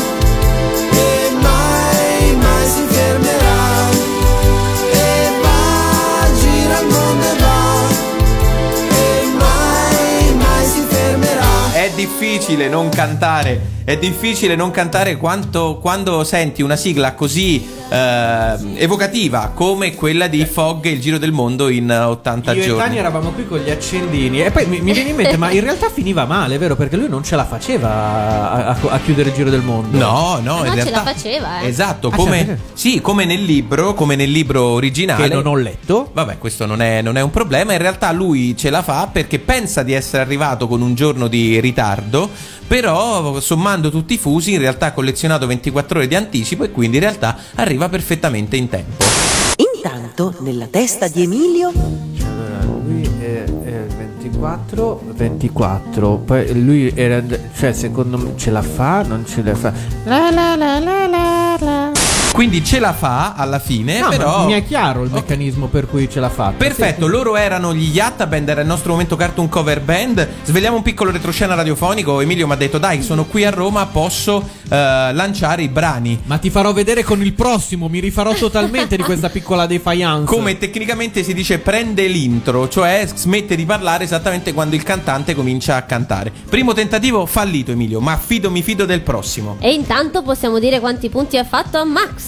[SPEAKER 13] e mai, mai si fermerà. E va, gira il mondo e va, e mai, mai si fermerà.
[SPEAKER 2] È difficile non cantare. È difficile non cantare quanto- quando senti una sigla così eh, evocativa come quella di Fogg e il giro del mondo in 80
[SPEAKER 3] Io e
[SPEAKER 2] giorni.
[SPEAKER 3] Tania eravamo qui con gli accendini e poi mi, mi viene in mente, ma in realtà finiva male, vero? Perché lui non ce la faceva a, a- a chiudere il giro del mondo.
[SPEAKER 2] No, Oh, no, in
[SPEAKER 4] No, ce la
[SPEAKER 2] realtà
[SPEAKER 4] faceva, eh.
[SPEAKER 2] Esatto,
[SPEAKER 3] Ah, ce la
[SPEAKER 2] come, sì, come nel libro, come nel libro originale.
[SPEAKER 3] Che non ho
[SPEAKER 2] letto. Vabbè, questo non è, non è un problema. In realtà lui ce la fa perché pensa di essere arrivato con un giorno di ritardo. Però, sommando tutti i fusi, in realtà ha collezionato 24 ore di anticipo e quindi in realtà arriva perfettamente in tempo.
[SPEAKER 5] Intanto, nella testa di Emilio,
[SPEAKER 3] Allora, lui è, è 24, 24. Poi lui era. Cioè, secondo me ce la fa, non ce la fa.
[SPEAKER 14] La la la la la la.
[SPEAKER 2] Quindi ce la fa alla fine,
[SPEAKER 3] No, ma
[SPEAKER 2] però.
[SPEAKER 3] mi è chiaro il meccanismo per cui ce l'ha fatta.
[SPEAKER 2] Perfetto, loro erano gli Yatta Band, era il nostro momento cartoon cover band. Svegliamo un piccolo retroscena radiofonico. Emilio mi ha detto: Dai, sono qui a Roma, posso eh, lanciare i brani.
[SPEAKER 3] Ma ti farò vedere con il prossimo, mi rifarò totalmente di questa piccola defiance.
[SPEAKER 2] Come tecnicamente si dice prende l'intro, cioè smette di parlare esattamente quando il cantante comincia a cantare. Primo tentativo fallito, Emilio, ma fido mi fido del prossimo.
[SPEAKER 4] E intanto possiamo dire quanti punti ha fatto Max.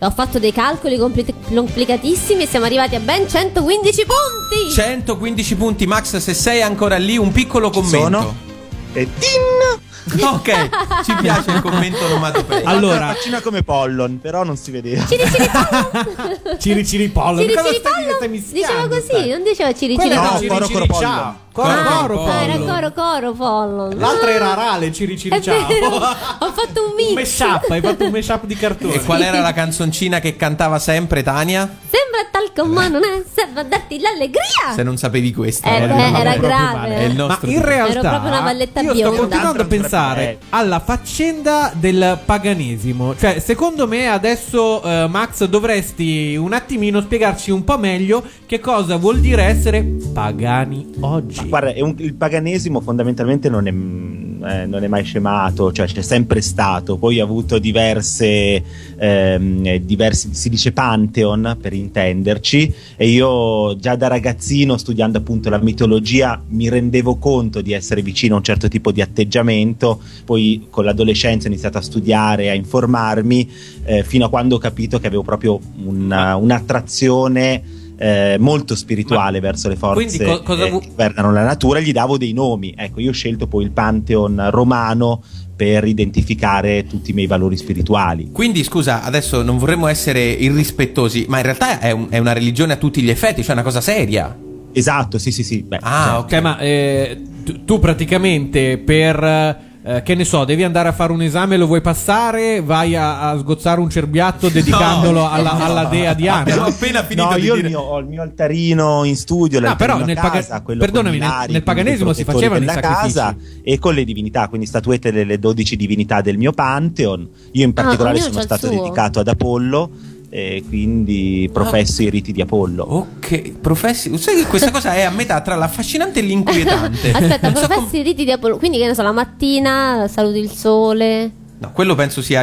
[SPEAKER 4] Ho fatto dei calcoli compli- complicatissimi e siamo arrivati a ben 115 punti.
[SPEAKER 2] 115 punti, Max, se sei ancora lì, un piccolo commento.
[SPEAKER 9] E
[SPEAKER 3] Eh,
[SPEAKER 2] Ok, ci piace il commento onomatopeico.
[SPEAKER 9] Allora, faccina come Pollon, però non si vedeva.
[SPEAKER 3] Ciri ciri Pollon.
[SPEAKER 4] Ciri ciri pollo? Diceva Diciamo così, non diceva ciri ciri
[SPEAKER 3] Quella era
[SPEAKER 4] pollo.
[SPEAKER 3] Ciri Coro Coro Pollo.
[SPEAKER 4] Ah,
[SPEAKER 3] Coro Coro
[SPEAKER 4] ah, era
[SPEAKER 3] Pollo.
[SPEAKER 4] coro coro pollo.
[SPEAKER 3] L'altra era Rale, ciri
[SPEAKER 4] È
[SPEAKER 3] ciri
[SPEAKER 4] vero,
[SPEAKER 3] ciao.
[SPEAKER 4] ho fatto un mix.
[SPEAKER 3] Un mashup, hai fatto un mashup di cartoni.
[SPEAKER 2] E qual era la canzoncina che cantava sempre Tania?
[SPEAKER 4] Sembra talco
[SPEAKER 3] Eh.
[SPEAKER 4] ma non è, serve a darti l'allegria.
[SPEAKER 2] Se non sapevi questa,
[SPEAKER 4] Eh,
[SPEAKER 2] era,
[SPEAKER 4] beh, era
[SPEAKER 2] proprio
[SPEAKER 4] grave.
[SPEAKER 2] male. È il
[SPEAKER 3] Ma
[SPEAKER 2] nostro
[SPEAKER 3] in
[SPEAKER 4] Ero proprio una
[SPEAKER 3] realtà
[SPEAKER 4] valletta
[SPEAKER 3] io sto
[SPEAKER 4] bionda.
[SPEAKER 3] continuando a pensare alla faccenda del paganesimo. Cioè, secondo me adesso eh, Max dovresti un attimino spiegarci un po' meglio che cosa vuol dire essere pagani oggi.
[SPEAKER 9] Guarda, è un- il paganesimo fondamentalmente non è, mm, eh, non è mai scemato, cioè c'è sempre stato, poi ha avuto diverse, ehm, eh, diversi, si dice pantheon per intenderci, e io già da ragazzino studiando appunto la mitologia mi rendevo conto di essere vicino a un certo tipo di atteggiamento, poi con l'adolescenza ho iniziato a studiare, a informarmi, eh, fino a quando ho capito che avevo proprio una- un'attrazione... eh, molto spirituale verso le forze
[SPEAKER 2] Quindi co- cosa
[SPEAKER 9] eh,
[SPEAKER 2] vu-
[SPEAKER 9] che governano la natura, gli davo dei nomi. Ecco, io ho scelto poi il Pantheon romano per identificare tutti i miei valori spirituali.
[SPEAKER 2] Quindi scusa, adesso non vorremmo essere irrispettosi, ma in realtà è, un- è una religione a tutti gli effetti, cioè una cosa seria.
[SPEAKER 9] Esatto, sì, sì, sì.
[SPEAKER 2] ah,
[SPEAKER 3] ok, ma eh, tu, tu praticamente per. eh, che ne so, devi andare a fare un esame, lo vuoi passare, vai a, a sgozzare un cerbiatto dedicandolo alla, alla dea Diana.
[SPEAKER 9] Abbiamo
[SPEAKER 2] appena
[SPEAKER 9] no, io il mio- ho il mio altarino in studio,
[SPEAKER 3] No, però
[SPEAKER 9] l'altarino
[SPEAKER 3] nel
[SPEAKER 9] a
[SPEAKER 3] paga-
[SPEAKER 9] casa, quello con
[SPEAKER 3] perdonami,
[SPEAKER 9] i
[SPEAKER 3] nel-
[SPEAKER 9] lari,
[SPEAKER 3] nel
[SPEAKER 9] con i
[SPEAKER 3] paganesimo si
[SPEAKER 9] protettori
[SPEAKER 3] facevano
[SPEAKER 9] per
[SPEAKER 3] i
[SPEAKER 9] la casa e con le divinità, quindi statuette delle 12 divinità del mio Pantheon. Io in particolare
[SPEAKER 3] ognuno
[SPEAKER 9] sono
[SPEAKER 3] c'ha Ah, il
[SPEAKER 9] stato
[SPEAKER 3] suo.
[SPEAKER 9] dedicato ad Apollo e quindi professo i riti di Apollo.
[SPEAKER 2] Ok, professi, sai che questa cosa è a metà tra l'affascinante e l'inquietante.
[SPEAKER 4] Aspetta, professi i riti di Apollo. Quindi, che ne so, la mattina saluti il sole.
[SPEAKER 2] No, quello penso sia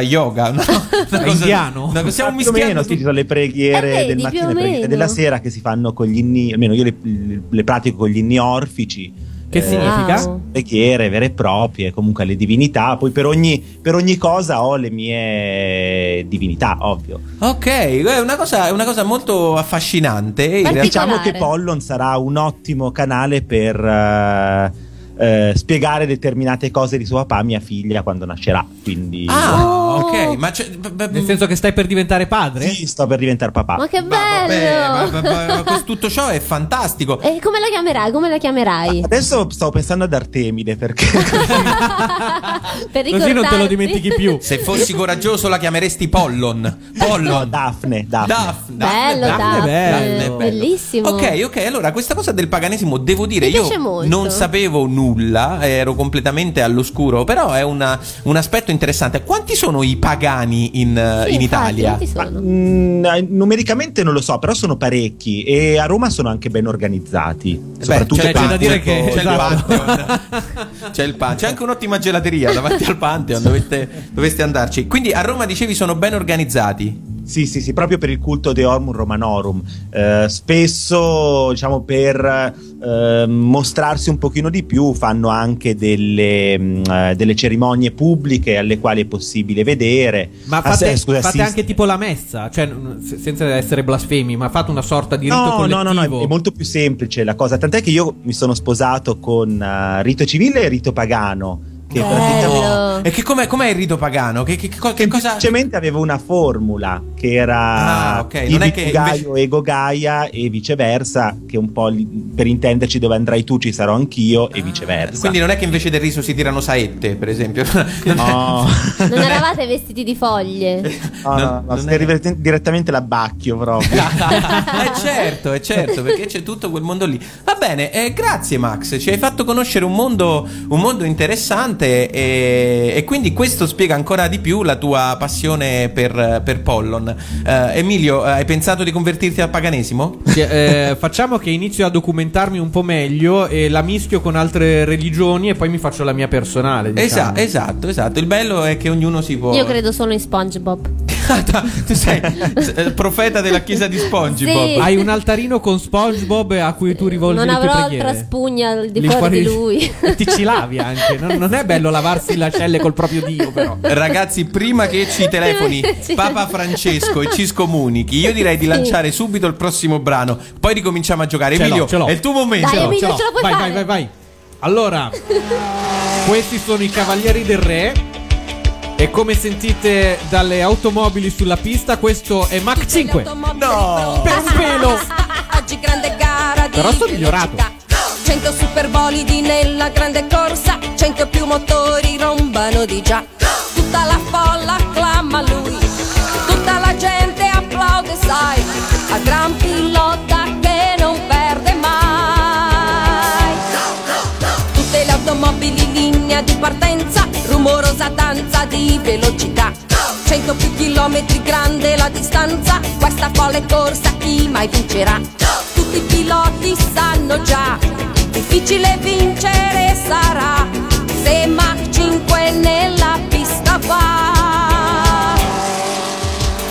[SPEAKER 2] yoga, no? Una cosa,
[SPEAKER 9] indiano?
[SPEAKER 2] no, stiamo
[SPEAKER 9] più o
[SPEAKER 2] mischiando
[SPEAKER 9] meno sì, ci sono le preghiere
[SPEAKER 4] Eh, vedi,
[SPEAKER 9] del
[SPEAKER 4] più
[SPEAKER 9] mattino
[SPEAKER 4] o
[SPEAKER 9] e le preghiere
[SPEAKER 4] meno.
[SPEAKER 9] della sera che si fanno con gli inni almeno io le, le pratico con gli inni orfici Eh,
[SPEAKER 3] Che significa? Wow.
[SPEAKER 9] preghiere vere e proprie comunque alle divinità poi per ogni, per ogni cosa ho le mie divinità ovvio
[SPEAKER 2] Ok, è una cosa, è una cosa molto affascinante. e in realtà-
[SPEAKER 9] diciamo che Pollon sarà un ottimo canale per eh, eh, spiegare determinate cose di suo papà a mia figlia quando nascerà quindi
[SPEAKER 4] Oh!
[SPEAKER 2] Ah, ok, ma c'è- b- b-
[SPEAKER 3] Nel senso che stai per diventare padre?
[SPEAKER 9] Sì, sto per diventare papà.
[SPEAKER 4] Ma che
[SPEAKER 2] vabbè, ma- ma- ma- ma
[SPEAKER 4] bello!
[SPEAKER 2] questo- tutto ciò è fantastico.
[SPEAKER 4] E come la chiamerai? Come la chiamerai?
[SPEAKER 9] Adesso stavo pensando ad Artemide perché
[SPEAKER 4] Per ricordarti.
[SPEAKER 9] più.
[SPEAKER 2] Se fossi coraggioso la chiameresti Pollon. Pollon.
[SPEAKER 9] Daphne,
[SPEAKER 2] Daphne. Daphne,
[SPEAKER 4] Bello, Daphne.
[SPEAKER 2] Daphne, bello.
[SPEAKER 4] Bellissimo.
[SPEAKER 2] Ok, ok, allora questa cosa del paganesimo devo dire,
[SPEAKER 4] Mi
[SPEAKER 2] io
[SPEAKER 4] piace molto.
[SPEAKER 2] non sapevo nulla, ero completamente all'oscuro, però è una- un aspetto interessante. Quanti sono i pagani in, eh, in Italia?
[SPEAKER 9] Ma, mm, eh, numericamente non lo so, però sono parecchi e a Roma sono anche ben organizzati. Soprattutto
[SPEAKER 2] c'è-
[SPEAKER 9] per
[SPEAKER 2] c'è da dire
[SPEAKER 9] tutto-
[SPEAKER 2] che- c'è il
[SPEAKER 9] esatto.
[SPEAKER 2] C'è il pan- c'è anche un'ottima gelateria davanti al Pantheon, doveste, doveste andarci. Quindi a Roma dicevi sono ben organizzati.
[SPEAKER 9] Sì, sì, sì, proprio per il culto Deorum Romanorum. Eh, spesso, diciamo, per eh, mostrarsi un pochino di più, fanno anche delle, mm, eh, delle cerimonie pubbliche alle quali è possibile vedere.
[SPEAKER 3] Ma
[SPEAKER 9] Ah,
[SPEAKER 3] fate,
[SPEAKER 9] se- scusa,
[SPEAKER 3] fate
[SPEAKER 9] sì,
[SPEAKER 3] anche tipo la messa, cioè n- se- senza essere blasfemi, ma fate una sorta di rito
[SPEAKER 9] No,
[SPEAKER 3] collettivo.
[SPEAKER 9] no, no, no, è- è molto più semplice la cosa. Tant'è che io mi sono sposato con eh, rito civile e rito pagano. Che praticamente
[SPEAKER 2] E che com'è, com'è il rito pagano? Che, che- che co- che cosa...
[SPEAKER 9] semplicemente avevo una formula che era
[SPEAKER 2] Ah, ok,
[SPEAKER 9] Ibi
[SPEAKER 2] non è che
[SPEAKER 9] tu Gaio ego Gaia e viceversa, che un po' li- per intenderci dove andrai tu ci sarò anch'io e viceversa.
[SPEAKER 2] Esatto. Quindi Ah. non è che invece del riso si tirano saette, per esempio. Non è-
[SPEAKER 9] No,
[SPEAKER 4] Non eravate vestiti di foglie.
[SPEAKER 9] no, no, no, stai river- direttamente l'abbacchio proprio.
[SPEAKER 2] Eh certo, è certo, perché c'è tutto quel mondo lì. Va bene, eh, grazie Max, ci hai fatto conoscere un mondo, un mondo interessante interessante e, e quindi questo spiega ancora di più la tua passione per, per Pollon. Eh, Emilio, eh, hai pensato di convertirti al paganesimo?
[SPEAKER 3] Sì, eh, facciamo che inizio a documentarmi un po' meglio e la mischio con altre religioni e poi mi faccio la mia personale.
[SPEAKER 2] Esa-
[SPEAKER 3] Diciamo.
[SPEAKER 2] esatto, esatto. Il bello è che ognuno si può...
[SPEAKER 4] Io credo solo in SpongeBob.
[SPEAKER 2] Tu sei eh, profeta della chiesa di SpongeBob.
[SPEAKER 4] Sì.
[SPEAKER 3] Hai un altarino con SpongeBob a cui tu rivolgi
[SPEAKER 4] non
[SPEAKER 3] le tue
[SPEAKER 4] avrò
[SPEAKER 3] preghiere.
[SPEAKER 4] altra spugna al di
[SPEAKER 3] Lì
[SPEAKER 4] fuori
[SPEAKER 3] fuori-
[SPEAKER 4] di lui.
[SPEAKER 3] Ti ci lavi anche. Non, non è bello lavarsi le ascelle col proprio dio, però.
[SPEAKER 2] Ragazzi, prima che ci telefoni
[SPEAKER 4] Ci-
[SPEAKER 2] Papa Francesco e ci scomunichi, io direi di
[SPEAKER 4] Sì.
[SPEAKER 2] lanciare subito il prossimo brano. Poi ricominciamo a giocare.
[SPEAKER 3] Ce l'ho,
[SPEAKER 2] Emilio,
[SPEAKER 3] ce l'ho.
[SPEAKER 2] è il tuo momento.
[SPEAKER 4] Dai, Emilio, ce la puoi
[SPEAKER 3] vai,
[SPEAKER 4] fare.
[SPEAKER 3] vai, vai, vai. Allora, questi sono i Cavalieri del Re. E come sentite dalle automobili sulla pista, questo è Mach 5.
[SPEAKER 2] No!
[SPEAKER 3] Per un pelo!
[SPEAKER 15] Oggi grande gara di
[SPEAKER 3] Però sto migliorato.
[SPEAKER 15] velocità. 100 superbolidi nella grande corsa, 100 più motori rombano di già. Tutta la folla acclama lui, tutta la gente applaude, sai, a gran pilota che non perde mai. Tutte le automobili in linea di partenza, rumorosa danza di velocità. 100 più chilometri grande la distanza, questa folle corsa chi mai vincerà? Tutti i piloti sanno già, difficile vincere sarà, se Mach 5 nella pista va.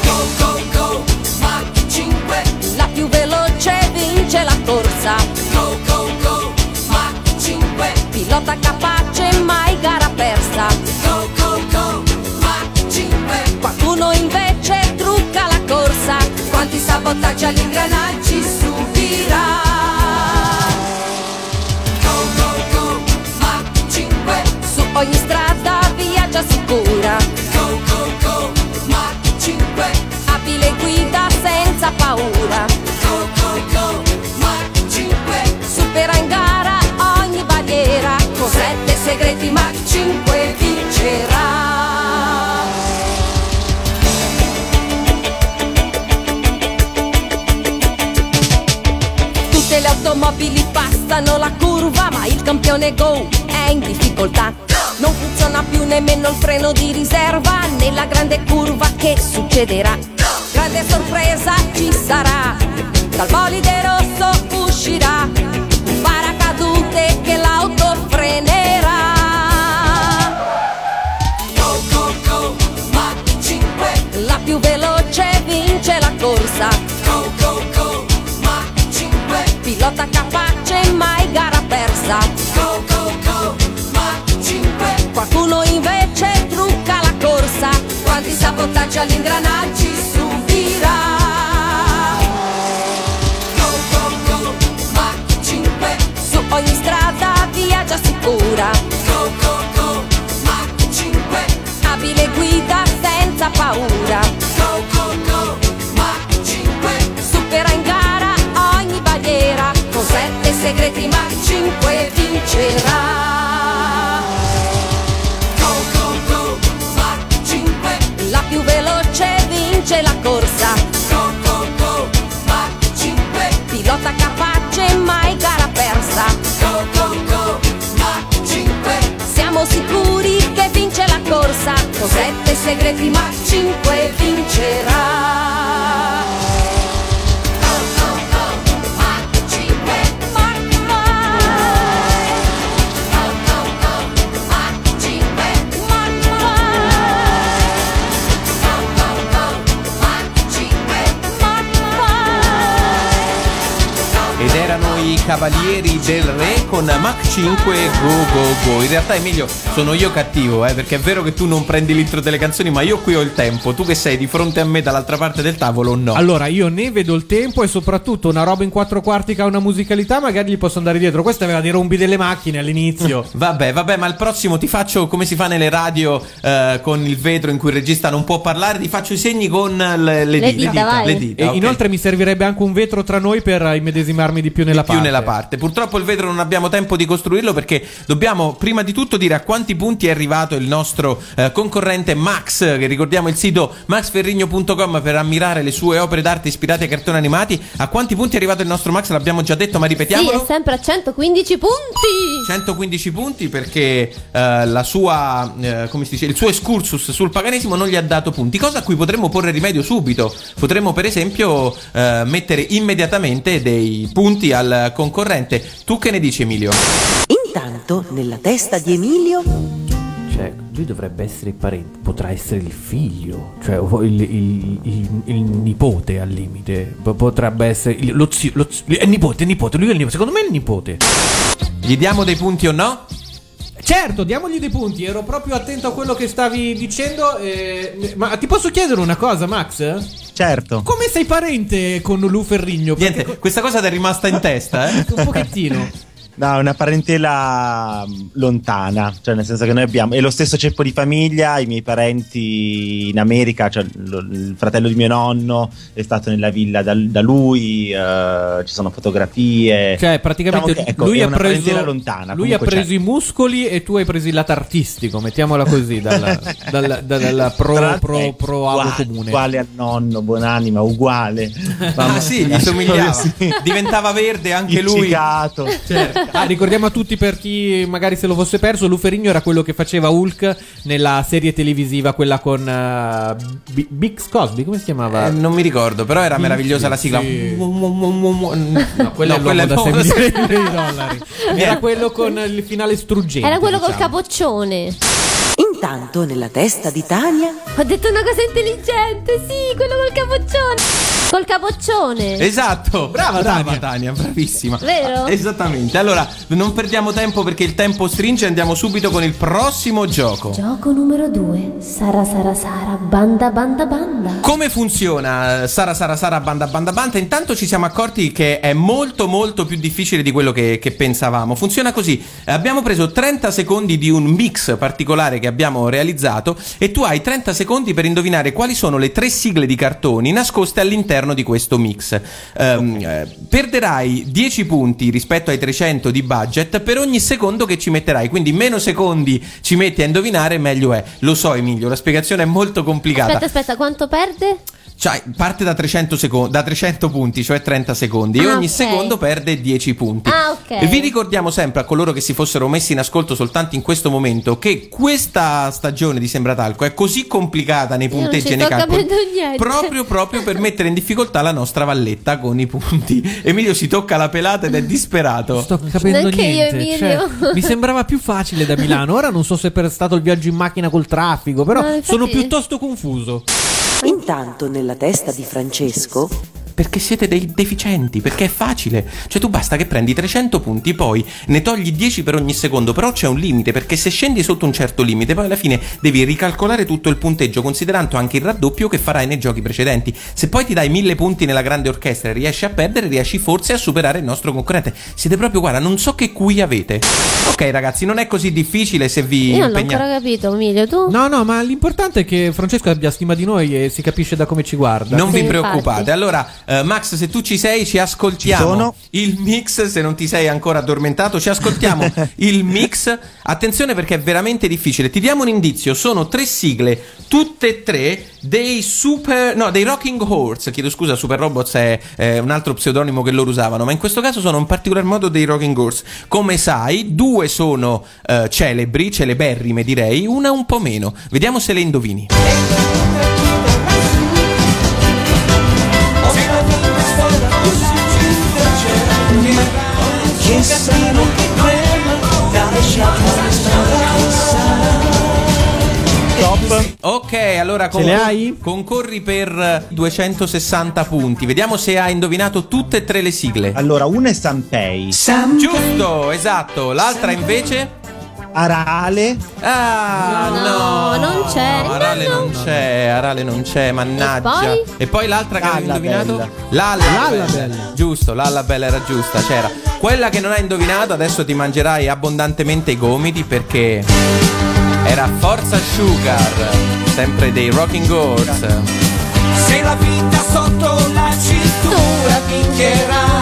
[SPEAKER 15] Go, go, go, Mach 5, la più veloce vince la corsa. Go, go, go, Mach 5, pilota capace mai gara persa. Go, go, go, Mach 5, qualcuno invece trucca la corsa. Quanti sabotaggi agli ingranaggi subirà? Go, go, go, Mach 5, su ogni strada viaggia sicura. Go, go, go, Mach 5 Abile guida senza paura Go, go, go, Mach 5 Supera in gara ogni barriera Con sette segreti Mach 5 vincerà Tutte le automobili passano la curva, ma il campione Go è in difficoltà. Non funziona più nemmeno il freno di riserva, nella grande curva che succederà. Grande sorpresa ci sarà, dal bolide rosso uscirà un paracadute che l'auto frenerà. Go, go, go, Mach 5 La più veloce vince la corsa Go, go, go, Mach 5 Pilota capace mai gara persa Go, go, go, Mach 5 Qualcuno invece trucca la corsa Quanti sabotaggi agli ingranaggi subirà Go, go, go, Mach 5 Su ogni strada viaggia sicura Go, go, go, Mach 5 Abile guida senza paura Go, go, go, Mach 5 Supera in gara ogni barriera Con sette segreti Mach 5 vincerà Go, go, go, Mach 5 La più veloce vince la corsa Go, go, go, Mach 5 Pilota capace mai gara persa Go, go, go, Mach 5 Siamo sicuri che vince la corsa Con sette segreti Mach 5 vincerà Go, go, go, Mach 5 Forte vai Go, go, go, Mach 5 Forte vai Go, go, go, Mach 5 Forte vai
[SPEAKER 2] Ed erano i Cavalieri del Re con Mach 5 e Go Go Go. In realtà, Emilio, sono io cattivo, eh, perché è vero che tu non prendi l'intro delle canzoni, ma io qui ho il tempo. Tu che sei di fronte a me dall'altra parte del tavolo, no.
[SPEAKER 3] Allora, io ne vedo il tempo e soprattutto una roba in quattro quarti che ha una musicalità, magari gli posso andare dietro. Questo aveva dei rombi delle macchine all'inizio.
[SPEAKER 2] Vabbè, vabbè, ma al prossimo ti faccio come si fa nelle radio eh, con il vetro in cui il regista non può parlare, ti faccio i segni con le, le
[SPEAKER 3] Le
[SPEAKER 2] dita.
[SPEAKER 3] dita, vai.
[SPEAKER 2] le dita,
[SPEAKER 3] e
[SPEAKER 2] ok.
[SPEAKER 3] inoltre mi servirebbe anche un vetro tra noi per eh, immedesimarmi di più nella
[SPEAKER 2] più nella parte. Purtroppo il vetro non abbiamo tempo di costruirlo perché dobbiamo prima di tutto dire a quanti punti è arrivato il nostro eh, concorrente Max, che ricordiamo il sito maxferrigno.com per ammirare le sue opere d'arte ispirate ai cartoni animati. A quanti punti è arrivato il nostro Max? L'abbiamo già detto, ma
[SPEAKER 4] Sì,
[SPEAKER 2] ripetiamolo.
[SPEAKER 4] è sempre a 115 punti.
[SPEAKER 2] 115 punti perché eh, la sua, eh, come si dice, il suo excursus sul paganesimo non gli ha dato punti, cosa a cui potremmo porre rimedio subito. Potremmo per esempio eh, mettere immediatamente dei punti al concorrente. Tu che ne dici Emilio?
[SPEAKER 5] Intanto, nella testa di Emilio,
[SPEAKER 13] Cioè, lui dovrebbe essere il parente, potrà essere il figlio, cioè o il, il- il- il nipote al limite, po- potrebbe essere il- lo zio, lo zio- è il nipote, è il nipote, lui è il nipote, secondo me è il nipote.
[SPEAKER 2] Gli diamo dei punti o no?
[SPEAKER 3] Certo, diamogli dei punti. Ero proprio attento a quello che stavi dicendo. eh, ma ti posso chiedere una cosa, Max?
[SPEAKER 9] Certo.
[SPEAKER 3] Come sei parente con Lu Ferrigno? Perché
[SPEAKER 2] Niente, questa cosa ti è rimasta in testa, eh?
[SPEAKER 3] Un pochettino.
[SPEAKER 9] No, è una parentela mh, lontana, cioè nel senso che noi abbiamo... È lo stesso ceppo di famiglia, i miei parenti in America, cioè lo- il fratello di mio nonno è stato nella villa da, da lui, eh, ci sono fotografie...
[SPEAKER 3] Cioè, praticamente
[SPEAKER 9] Diciamo che, ecco,
[SPEAKER 3] lui
[SPEAKER 9] è
[SPEAKER 3] ha
[SPEAKER 9] una
[SPEAKER 3] preso,
[SPEAKER 9] parentela lontana.
[SPEAKER 3] lui ha
[SPEAKER 9] comunque c'è.
[SPEAKER 3] preso i muscoli e tu hai preso il lato artistico, mettiamola così, dalla, dalla- da- dalla pro,
[SPEAKER 9] Tra
[SPEAKER 3] pro,
[SPEAKER 9] l'altro
[SPEAKER 3] pro,
[SPEAKER 9] è
[SPEAKER 3] avo
[SPEAKER 9] uguale-
[SPEAKER 3] comune.
[SPEAKER 9] Uguale al nonno, buonanima, uguale.
[SPEAKER 2] Ah sì, gli somigliava.
[SPEAKER 9] Sì.
[SPEAKER 2] Diventava verde
[SPEAKER 9] cioè,
[SPEAKER 2] anche lui.
[SPEAKER 9] Impiccato.
[SPEAKER 3] Certo. Ah, ricordiamo a tutti per chi magari se lo fosse perso, Luferigno era quello che faceva Hulk nella serie televisiva, quella con eh, B- Bix Cosby, come si chiamava?
[SPEAKER 2] Eh, non mi ricordo, però era meravigliosa la sigla.
[SPEAKER 3] No, quello
[SPEAKER 2] No, quello
[SPEAKER 3] è
[SPEAKER 2] è
[SPEAKER 3] l'uomo da
[SPEAKER 2] l'uomo
[SPEAKER 3] 6
[SPEAKER 2] da
[SPEAKER 3] milioni di dollari. Era quello con il finale struggente.
[SPEAKER 4] Era quello col
[SPEAKER 3] diciamo.
[SPEAKER 4] capoccione.
[SPEAKER 5] intanto nella testa di Tania,
[SPEAKER 4] Ho detto una cosa intelligente, sì, quello col capoccione. Col capoccione.
[SPEAKER 2] Esatto, brava, Tania. bravissima.
[SPEAKER 4] Vero?
[SPEAKER 2] Ah, Esattamente. Allora, non perdiamo tempo perché il tempo stringe, andiamo subito con il prossimo gioco.
[SPEAKER 4] Gioco numero 2. Sara Sara Sara, banda banda banda.
[SPEAKER 2] Come funziona eh, Sara Sara Sara Banda Banda Banda? Intanto ci siamo accorti che è molto molto più difficile di quello che, che pensavamo. Funziona così, Eh, abbiamo preso 30 secondi di un mix particolare che abbiamo realizzato e tu hai 30 secondi per indovinare quali sono le tre sigle di cartoni nascoste all'interno di questo mix. Ehm, eh, perderai 10 punti rispetto ai 300 di budget per ogni secondo che ci metterai, quindi meno secondi ci metti a indovinare meglio è. Lo so Emilio, la spiegazione è molto complicata.
[SPEAKER 4] Aspetta, aspetta, quanto perde?
[SPEAKER 2] Cioè, parte da 300, seco- da 300 punti, cioè 30 secondi, e
[SPEAKER 4] Ah,
[SPEAKER 2] ogni
[SPEAKER 4] ok.
[SPEAKER 2] secondo perde 10 punti.
[SPEAKER 4] Ah, ok.
[SPEAKER 2] E vi ricordiamo sempre a coloro che si fossero messi in ascolto soltanto in questo momento che questa stagione di Sembratalco è così complicata nei
[SPEAKER 4] Io non
[SPEAKER 2] punteggi
[SPEAKER 4] ci
[SPEAKER 2] e nei
[SPEAKER 4] sto
[SPEAKER 2] calcoli.
[SPEAKER 4] capendo niente.
[SPEAKER 2] Proprio, proprio per mettere in difficoltà la nostra valletta con i punti. Emilio si tocca la pelata ed è disperato.
[SPEAKER 3] Sto capendo
[SPEAKER 4] Neanche io,
[SPEAKER 3] niente.
[SPEAKER 4] Emilio.
[SPEAKER 3] cioè, mi sembrava più facile da Milano. Ora non so se è per stato il viaggio in macchina col traffico, però
[SPEAKER 4] No, infatti-
[SPEAKER 3] sono piuttosto confuso.
[SPEAKER 5] intanto nella testa di Francesco,
[SPEAKER 2] Perché siete dei deficienti, perché è facile. Cioè tu basta che prendi 300 punti, poi ne togli 10 per ogni secondo, però c'è un limite, perché se scendi sotto un certo limite, poi alla fine devi ricalcolare tutto il punteggio, considerando anche il raddoppio che farai nei giochi precedenti. Se poi ti dai 1000 punti nella grande orchestra e riesci a perdere, riesci forse a superare il nostro concorrente. Siete proprio, guarda, non so che cui avete. Ok ragazzi, non è così difficile se vi
[SPEAKER 4] Io non l'ho
[SPEAKER 2] impegnate.
[SPEAKER 4] ancora capito, Emilio, tu?
[SPEAKER 3] No, no, ma l'importante è che Francesco abbia stima di noi e si capisce da come ci guarda.
[SPEAKER 2] Non
[SPEAKER 4] Sì,
[SPEAKER 2] vi
[SPEAKER 4] infatti.
[SPEAKER 2] preoccupate. Allora, eh, Max, se tu ci sei, ci ascoltiamo.
[SPEAKER 9] Ci sono.
[SPEAKER 2] Il mix, se non ti sei ancora addormentato, ci ascoltiamo. il mix, attenzione perché è veramente difficile. Ti diamo un indizio: sono tre sigle, tutte e tre dei super. No, dei Rocking Horse. Chiedo scusa, Super Robots è eh, un altro pseudonimo che loro usavano, ma in questo caso sono in particolar modo dei Rocking Horse. Come sai, due sono eh, celebri, celeberrime direi, una un po' meno. Vediamo se le indovini.
[SPEAKER 9] Top.
[SPEAKER 2] Ok, allora
[SPEAKER 3] Ce le hai?
[SPEAKER 2] concorri per eh, 260 punti. Vediamo se hai indovinato tutte e tre le sigle.
[SPEAKER 9] Allora, una è Sanpei,
[SPEAKER 2] Giusto, esatto. L'altra invece?
[SPEAKER 9] Arale,
[SPEAKER 2] Ah,
[SPEAKER 4] No, non c'è.
[SPEAKER 2] No,
[SPEAKER 4] No,
[SPEAKER 2] Arale
[SPEAKER 4] no.
[SPEAKER 2] non c'è, Arale non c'è, mannaggia.
[SPEAKER 4] poi?
[SPEAKER 2] E poi l'altra che hai
[SPEAKER 9] Lallabella.
[SPEAKER 2] indovinato? Lalla Bella. Giusto, l'alla bella era giusta, c'era. Quella che non hai indovinato adesso ti mangerai abbondantemente i gomiti perché era Forza Sugar, sempre dei Rocking Horse.
[SPEAKER 16] Se la vita sotto la cintura vincerà,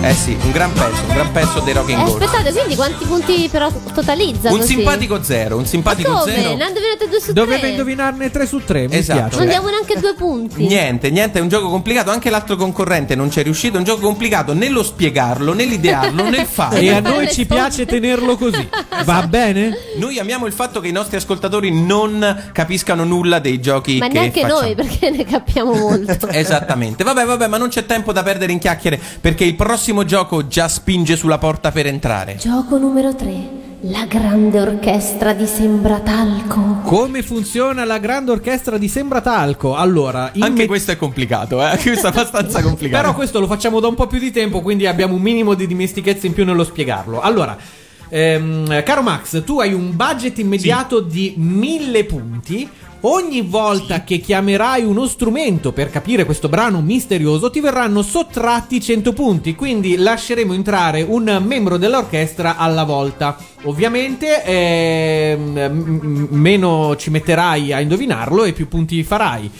[SPEAKER 2] Eh sì, un gran pezzo, un gran pezzo dei Rock
[SPEAKER 4] Eh,
[SPEAKER 2] and Gold.
[SPEAKER 4] aspettate, quindi quanti punti però totalizza?
[SPEAKER 2] Un
[SPEAKER 4] così?
[SPEAKER 2] simpatico zero, un simpatico
[SPEAKER 4] Come?
[SPEAKER 2] zero.
[SPEAKER 4] Ne ha indovinate due su
[SPEAKER 3] Doveva
[SPEAKER 4] tre.
[SPEAKER 3] indovinarne 3 su 3.
[SPEAKER 2] Esatto.
[SPEAKER 4] Non diamo neanche due punti.
[SPEAKER 2] Niente, niente, è un gioco complicato. Anche l'altro concorrente non ci è riuscito. È un gioco complicato nello spiegarlo, nell'idearlo, nel farlo.
[SPEAKER 3] E a noi ci piace tenerlo così. Va
[SPEAKER 4] Esatto.
[SPEAKER 3] bene?
[SPEAKER 2] Noi amiamo il fatto che i nostri ascoltatori non capiscano nulla dei giochi
[SPEAKER 4] Ma
[SPEAKER 2] che
[SPEAKER 4] neanche
[SPEAKER 2] facciamo. Esatto.
[SPEAKER 4] noi perché ne capiamo molto.
[SPEAKER 2] Esattamente, vabbè, vabbè, ma non c'è tempo da perdere in chiacchiere perché il prossimo gioco già spinge sulla porta per entrare.
[SPEAKER 4] Gioco numero 3. La grande orchestra di Sembratalco.
[SPEAKER 3] Come funziona la grande orchestra di Sembratalco? Allora, in
[SPEAKER 2] Anche questo è complicato, eh? Questo è abbastanza complicato.
[SPEAKER 3] Però questo lo facciamo da un po' più di tempo, quindi abbiamo un minimo di dimestichezza in più nello spiegarlo. Allora, ehm, caro Max, tu hai un budget immediato di 1000 punti. Ogni volta che chiamerai uno strumento per capire questo brano misterioso ti verranno sottratti 100 punti, quindi lasceremo entrare un membro dell'orchestra alla volta. Ovviamente ehm, m- m- meno ci metterai a indovinarlo e più punti farai.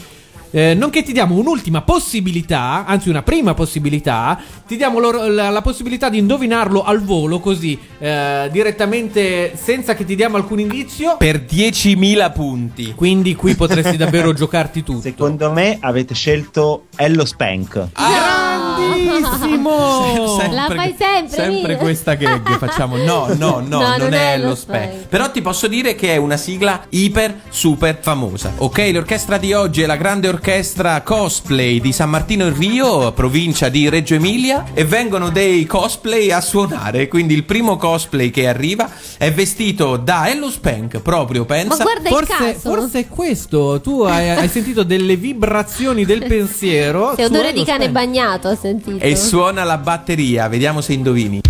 [SPEAKER 3] Eh, nonché ti diamo un'ultima possibilità, anzi una prima possibilità, ti diamo loro- la, la possibilità di indovinarlo al volo così, eh, direttamente senza che ti diamo alcun indizio.
[SPEAKER 2] Per 10.000 punti.
[SPEAKER 3] Quindi qui potresti davvero giocarti tutto.
[SPEAKER 9] Secondo me avete scelto Ello Spank.
[SPEAKER 4] Ah.
[SPEAKER 3] Grandissimo!
[SPEAKER 2] Sempre-
[SPEAKER 4] La fai sempre,
[SPEAKER 2] Sempre
[SPEAKER 4] Emilio.
[SPEAKER 2] questa gag facciamo. No, no, no,
[SPEAKER 4] No,
[SPEAKER 2] non,
[SPEAKER 4] non
[SPEAKER 2] è,
[SPEAKER 4] è lo
[SPEAKER 2] lo
[SPEAKER 4] spec.
[SPEAKER 2] spec. Però ti posso dire che è una sigla iper super famosa. Ok, l'orchestra di oggi è la grande orchestra cosplay di San Martino in Rio, provincia di Reggio Emilia, e vengono dei cosplay a suonare. Quindi il primo cosplay che arriva è vestito da Ello Spank, proprio pensa.
[SPEAKER 3] forse, forse è questo, tu hai, hai sentito delle vibrazioni del pensiero.
[SPEAKER 4] Che
[SPEAKER 3] su
[SPEAKER 4] odore
[SPEAKER 3] Ello
[SPEAKER 4] di cane
[SPEAKER 3] Spank.
[SPEAKER 4] bagnato, ho sentito.
[SPEAKER 2] E suona la batteria, vediamo se indovini.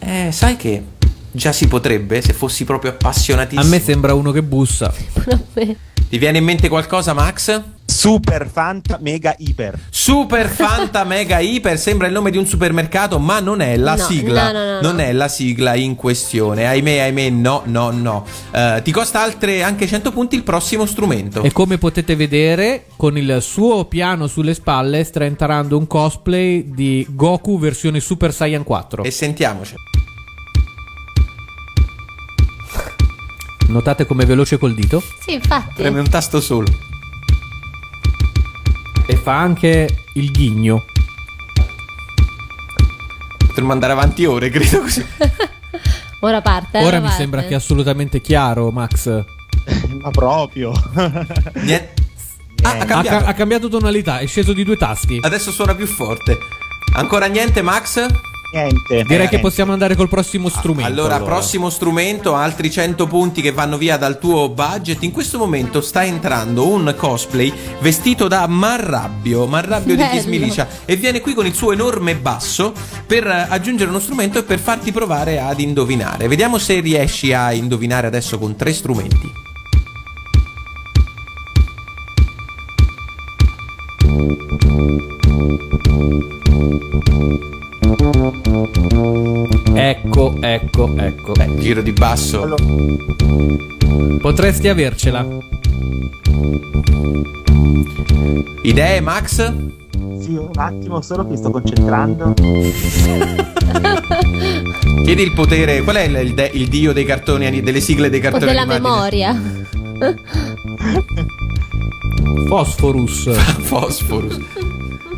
[SPEAKER 7] É,
[SPEAKER 2] Eh, sai che già si potrebbe se fossi proprio appassionatissimo.
[SPEAKER 3] A me sembra uno che bussa.
[SPEAKER 2] Ti viene in mente qualcosa, Max?
[SPEAKER 9] Super Fanta Mega Iper.
[SPEAKER 2] Super Fanta Mega Iper sembra il nome di un supermercato, ma non è la
[SPEAKER 9] No,
[SPEAKER 2] sigla.
[SPEAKER 9] no, no, no,
[SPEAKER 2] non
[SPEAKER 9] no.
[SPEAKER 2] è la sigla in questione. Ahimè, ahimè, no, no, no. Eh, ti costa altre anche 100 punti il prossimo strumento.
[SPEAKER 3] E come potete vedere, con il suo piano sulle spalle sta entrando un cosplay di Goku versione Super Saiyan 4.
[SPEAKER 2] E sentiamoci.
[SPEAKER 3] Notate come è veloce col dito.
[SPEAKER 4] Sì, infatti.
[SPEAKER 2] Preme un tasto solo.
[SPEAKER 3] E fa anche il ghigno.
[SPEAKER 2] Potremmo andare avanti ore, credo così.
[SPEAKER 4] Ora parte.
[SPEAKER 3] Ora mi
[SPEAKER 4] parte.
[SPEAKER 3] sembra che è assolutamente chiaro, Max. Ma
[SPEAKER 9] proprio.
[SPEAKER 2] Ah, ha
[SPEAKER 3] eh, ha,
[SPEAKER 2] cambiato.
[SPEAKER 3] ca- ha cambiato tonalità, è sceso di due tasti.
[SPEAKER 2] Adesso suona più forte. Ancora niente, Max? Eh,
[SPEAKER 9] Niente.
[SPEAKER 3] Direi che possiamo andare col prossimo strumento.
[SPEAKER 2] Allora, prossimo strumento, altri 100 punti che vanno via dal tuo budget. In questo momento sta entrando un cosplay vestito da Marrabbio, Marrabbio di
[SPEAKER 13] Bello.
[SPEAKER 2] Kiss Milicia, e viene qui con il suo enorme basso per eh, aggiungere uno strumento e per farti provare ad indovinare. Vediamo se riesci a indovinare adesso con tre strumenti.
[SPEAKER 3] É. Ecco, ecco, ecco.
[SPEAKER 2] giro di basso.
[SPEAKER 3] Potresti avercela.
[SPEAKER 2] Idee, Max?
[SPEAKER 9] Sì, un attimo, solo che sto concentrando.
[SPEAKER 2] Chiedi il potere, qual è il, il de- il dio dei cartoni, ani- delle sigle dei
[SPEAKER 4] O
[SPEAKER 2] cartoni
[SPEAKER 4] della
[SPEAKER 2] animati?
[SPEAKER 4] memoria.
[SPEAKER 3] Phosphorus.
[SPEAKER 2] Phosphorus.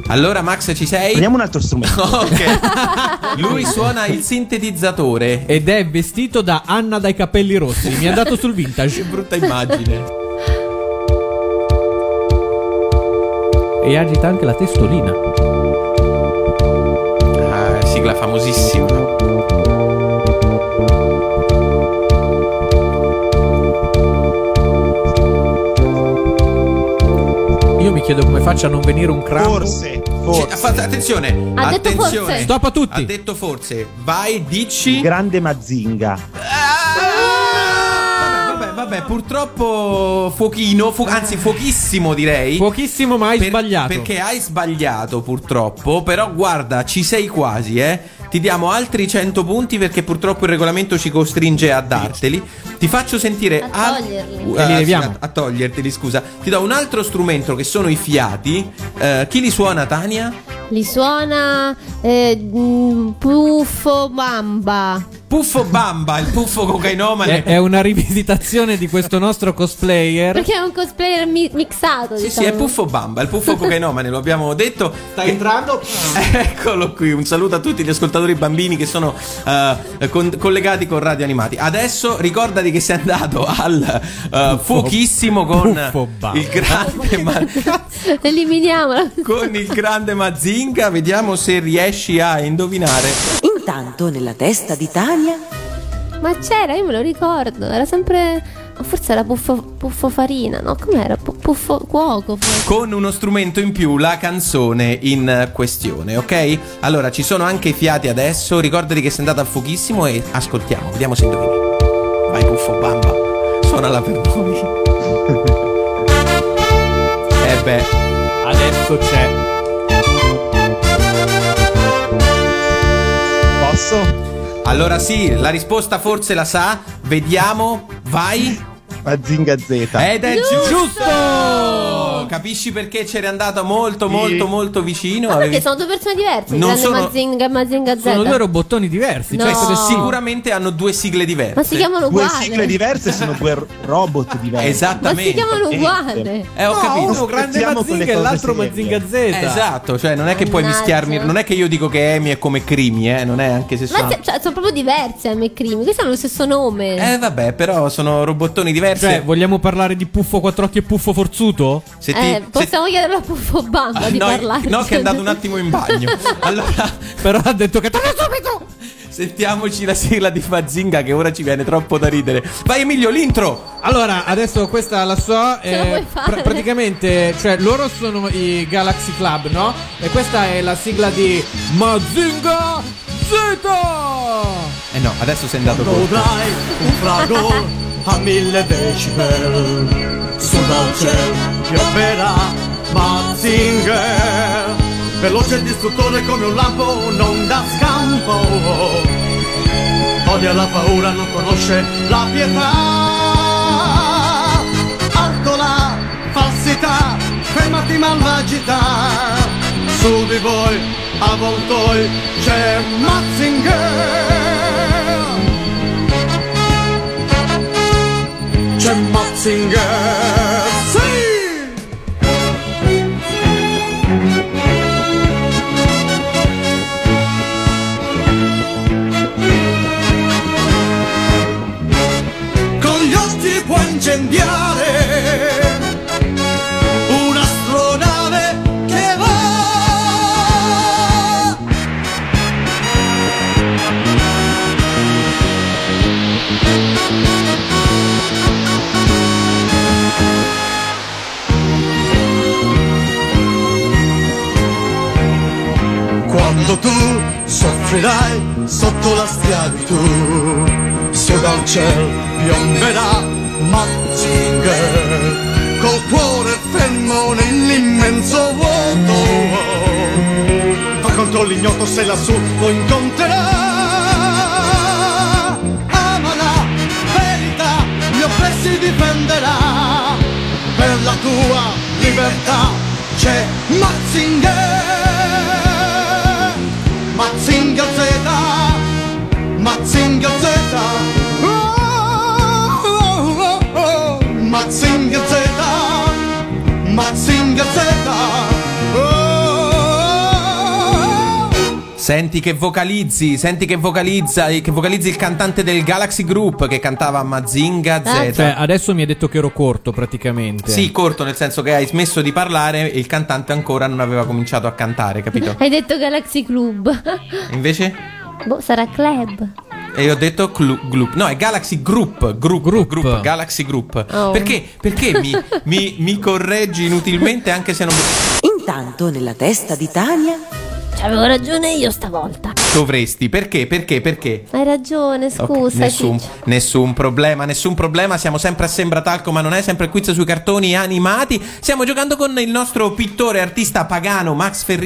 [SPEAKER 2] Allora, Max, ci sei?
[SPEAKER 9] Prendiamo un altro strumento.
[SPEAKER 2] ok. Lui suona il sintetizzatore.
[SPEAKER 3] Ed è vestito da Anna dai capelli rossi. Mi ha dato sul vintage.
[SPEAKER 2] brutta immagine.
[SPEAKER 3] E agita anche la testolina.
[SPEAKER 2] Ah, sigla famosissima.
[SPEAKER 3] Io mi chiedo come faccia a non venire un crampo.
[SPEAKER 9] Forse,
[SPEAKER 2] Cioè, fa- attenzione,
[SPEAKER 3] Ha detto
[SPEAKER 2] attenzione.
[SPEAKER 3] forse. Stop a tutti.
[SPEAKER 2] Ha detto forse. Vai, dici. Ah!
[SPEAKER 9] Grande Mazinga.
[SPEAKER 2] Vabbè, vabbè, purtroppo fuochino, fu- anzi fuochissimo direi.
[SPEAKER 3] Fuochissimo, ma hai
[SPEAKER 2] sbagliato. Perché hai sbagliato purtroppo, però guarda, ci sei quasi, eh. Ti diamo altri 100 punti perché purtroppo il regolamento ci costringe a darteli. Ti faccio sentire
[SPEAKER 4] A
[SPEAKER 2] al-
[SPEAKER 4] toglierli.
[SPEAKER 2] Uh, sì, a, a toglierteli, scusa. Ti do un altro strumento che sono i fiati. Eh, chi li suona, Tania?
[SPEAKER 4] Li suona eh, mm, Puffo Bamba.
[SPEAKER 2] Puffo Bamba, il puffo cocainomane.
[SPEAKER 3] È, è una rivisitazione di questo nostro cosplayer.
[SPEAKER 4] Perché è un cosplayer mi- mixato.
[SPEAKER 2] Er? Sì,
[SPEAKER 4] diciamo.
[SPEAKER 2] sì, è Puffo Bamba, il puffo cocainomane, lo abbiamo detto. Sta entrando. Eccolo qui, un saluto a tutti gli ascoltatori bambini che sono eh, con- collegati con Radio Animati. Adesso ricordati che sei andato al eh, fuochissimo
[SPEAKER 17] Puffo
[SPEAKER 2] con
[SPEAKER 17] Bamba.
[SPEAKER 2] il grande, ma-
[SPEAKER 4] Eliminiamola.
[SPEAKER 2] con il grande Mazinga, vediamo se riesci a indovinare.
[SPEAKER 5] Intanto nella testa di Tania
[SPEAKER 4] Ma c'era, io me lo ricordo. Era sempre. Forse era Puffo, Puffo Farina, no? Com'era? Pu- Puffo Cuoco. forse.
[SPEAKER 2] Con uno strumento in più la canzone in questione, ok? Allora ci sono anche i fiati adesso, ricordati che sei andata al fuochissimo e ascoltiamo, vediamo se indovini. Vai Puffo Bamba, suonala per noi. eh beh,
[SPEAKER 17] adesso c'è.
[SPEAKER 18] Posso?
[SPEAKER 2] Allora sì, la risposta forse la sa, vediamo, vai.
[SPEAKER 18] Mazinga Z.
[SPEAKER 2] Ed è giusto! Capisci perché c'eri andato molto molto molto vicino?
[SPEAKER 4] Ma perché
[SPEAKER 2] Avevi-
[SPEAKER 4] sono due persone diverse? il
[SPEAKER 2] Non
[SPEAKER 4] Grande
[SPEAKER 2] sono-
[SPEAKER 4] Mazinga e Mazinga Z.
[SPEAKER 2] robottoni diversi.
[SPEAKER 4] No.
[SPEAKER 2] Cioè, se- sicuramente hanno due sigle diverse.
[SPEAKER 4] Ma si chiamano
[SPEAKER 18] Due
[SPEAKER 4] uguali.
[SPEAKER 18] sigle diverse sono due r- robot diversi.
[SPEAKER 4] Ma si
[SPEAKER 2] Esattamente.
[SPEAKER 4] chiamano uguali.
[SPEAKER 2] Eh, ho
[SPEAKER 3] No,
[SPEAKER 2] capito.
[SPEAKER 3] uno grande
[SPEAKER 18] Scherziamo con le
[SPEAKER 3] Mazinga e
[SPEAKER 18] cose
[SPEAKER 3] l'altro
[SPEAKER 18] serie. cioè.
[SPEAKER 3] Mazinga Z.
[SPEAKER 2] Eh, Esatto, cioè non è che puoi
[SPEAKER 4] Mannaggia.
[SPEAKER 2] mischiarmi, non è che io dico che Amy è come Crimi, eh, non è anche se sono
[SPEAKER 4] Ma se- cioè, sono proprio diverse M e Crimi. Questi hanno lo stesso nome.
[SPEAKER 2] Eh vabbè, però sono robottoni diversi.
[SPEAKER 3] Cioè, vogliamo parlare di Puffo quattro occhi e Puffo forzuto?
[SPEAKER 2] se ti-
[SPEAKER 4] Eh, possiamo chiederlo a Puffo Bamba
[SPEAKER 2] Ah,
[SPEAKER 4] di
[SPEAKER 2] no,
[SPEAKER 4] parlare.
[SPEAKER 2] no, che è andato un attimo in bagno. Allora,
[SPEAKER 3] però ha detto che
[SPEAKER 2] Sentiamoci la sigla di Mazinga che ora ci viene troppo da ridere. Vai Emilio, l'intro!
[SPEAKER 3] Allora, adesso questa la so.
[SPEAKER 2] Ce la
[SPEAKER 3] eh,
[SPEAKER 2] puoi fare?
[SPEAKER 3] pra- praticamente, cioè, loro sono i Galaxy Club, no? E questa è la sigla di Mazinga Z!
[SPEAKER 2] Eh no, adesso sei andato
[SPEAKER 16] Quando
[SPEAKER 2] corto.
[SPEAKER 16] avrai un frago a mille decibel Sopra il cielo pioverà Mazinger Veloce e distruttore come un lampo non da scampo Odia la paura, non conosce la pietà Alto la falsità, fermati malvagità Su di voi, a voltoi, c'è Mazinger c'è Mazzinger Sì! Con gli occhi può incendiare un'astronave che va Quando tu soffrirai sotto la schiavitù, su dal cielo piomberà Mazinger, col cuore fermo nell'immenso vuoto. Va contro l'ignoto se lassù lo incontrerà. Ama la verità, gli oppressi difenderà. Per la tua libertà c'è Mazinger. Mazinga Z, Mazinga Z, oh, oh, oh, oh. Mazinga Z, Mazinga Z, oh.
[SPEAKER 2] Senti che vocalizzi, senti che vocalizza, che vocalizzi il cantante del Galaxy Group che cantava Mazinga
[SPEAKER 4] Eh,
[SPEAKER 2] Z.
[SPEAKER 3] Cioè, adesso mi ha detto che ero corto, praticamente.
[SPEAKER 2] Sì, corto, nel senso che hai smesso di parlare e il cantante ancora non aveva cominciato a cantare, capito?
[SPEAKER 4] Hai detto Galaxy Club.
[SPEAKER 2] Invece?
[SPEAKER 4] boh, sarà club.
[SPEAKER 2] E io ho detto clu- Gloop. No, è Galaxy Group. Group, Group, Galaxy Group.
[SPEAKER 4] Oh.
[SPEAKER 2] Perché, perché mi, mi- mi correggi inutilmente anche se non.
[SPEAKER 5] Intanto nella testa di Tania
[SPEAKER 4] C'avevo ragione io stavolta.
[SPEAKER 2] Dovresti, perché? Perché? Perché?
[SPEAKER 4] Hai ragione, scusa.
[SPEAKER 2] Ok,
[SPEAKER 4] sì.
[SPEAKER 2] nessun, nessun problema, nessun problema. Siamo sempre a Sembra Talco, ma non è sempre il quiz sui cartoni animati. Stiamo giocando con il nostro pittore artista pagano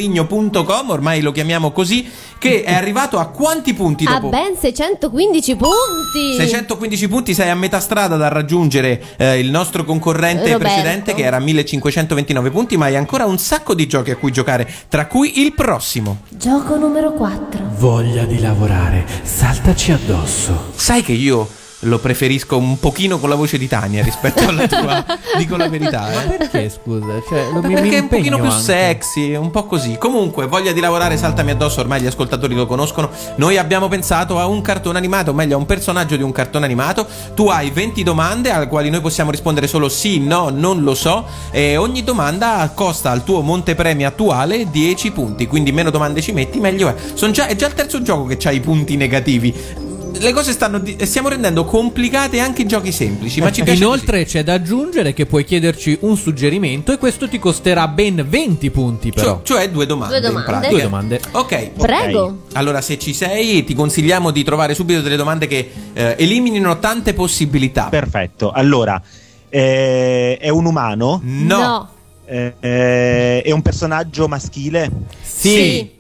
[SPEAKER 2] maxferrigno.com, ormai lo chiamiamo così, che è arrivato a quanti punti
[SPEAKER 4] Ha
[SPEAKER 2] dopo?
[SPEAKER 4] ben 615 punti.
[SPEAKER 2] 615 punti, sei a metà strada da raggiungere eh, il nostro concorrente
[SPEAKER 4] Roberto.
[SPEAKER 2] precedente che era a 1529 punti, ma hai ancora un sacco di giochi a cui giocare, tra cui il prossimo.
[SPEAKER 4] Gioco numero 4.
[SPEAKER 13] Voglia di lavorare, saltaci addosso.
[SPEAKER 2] Sai che io lo preferisco un pochino con la voce di Tania rispetto alla tua, dico la verità. eh.
[SPEAKER 13] Perché scusa? Cioè, non
[SPEAKER 2] Beh,
[SPEAKER 13] mi,
[SPEAKER 2] perché
[SPEAKER 13] mi
[SPEAKER 2] è un pochino
[SPEAKER 13] impegno
[SPEAKER 2] più
[SPEAKER 13] anche.
[SPEAKER 2] sexy, un po' così. Comunque, voglia di lavorare, saltami addosso, ormai gli ascoltatori lo conoscono. Noi abbiamo pensato a un cartone animato, o meglio a un personaggio di un cartone animato. Tu hai 20 domande alle quali noi possiamo rispondere solo sì, no, non lo so. E ogni domanda costa al tuo montepremi attuale 10 punti. Quindi meno domande ci metti, meglio è. Son già- è già il terzo gioco che ha i punti negativi. Le cose stanno. di- stiamo rendendo complicate anche i giochi semplici. Ma ci piace.
[SPEAKER 3] Inoltre c'è da aggiungere che puoi chiederci un suggerimento e questo ti costerà ben 20 punti però.
[SPEAKER 2] Cioè due domande.
[SPEAKER 3] Due domande.
[SPEAKER 2] in pratica.
[SPEAKER 3] Due domande.
[SPEAKER 2] Ok.
[SPEAKER 4] Prego.
[SPEAKER 2] Ok. Allora, se ci sei, ti consigliamo di trovare subito delle domande che eh, eliminino tante possibilità.
[SPEAKER 9] Perfetto. Allora, eh, è un umano?
[SPEAKER 4] No.
[SPEAKER 9] Eh, eh, è un personaggio maschile?
[SPEAKER 2] Sì.
[SPEAKER 9] Eh,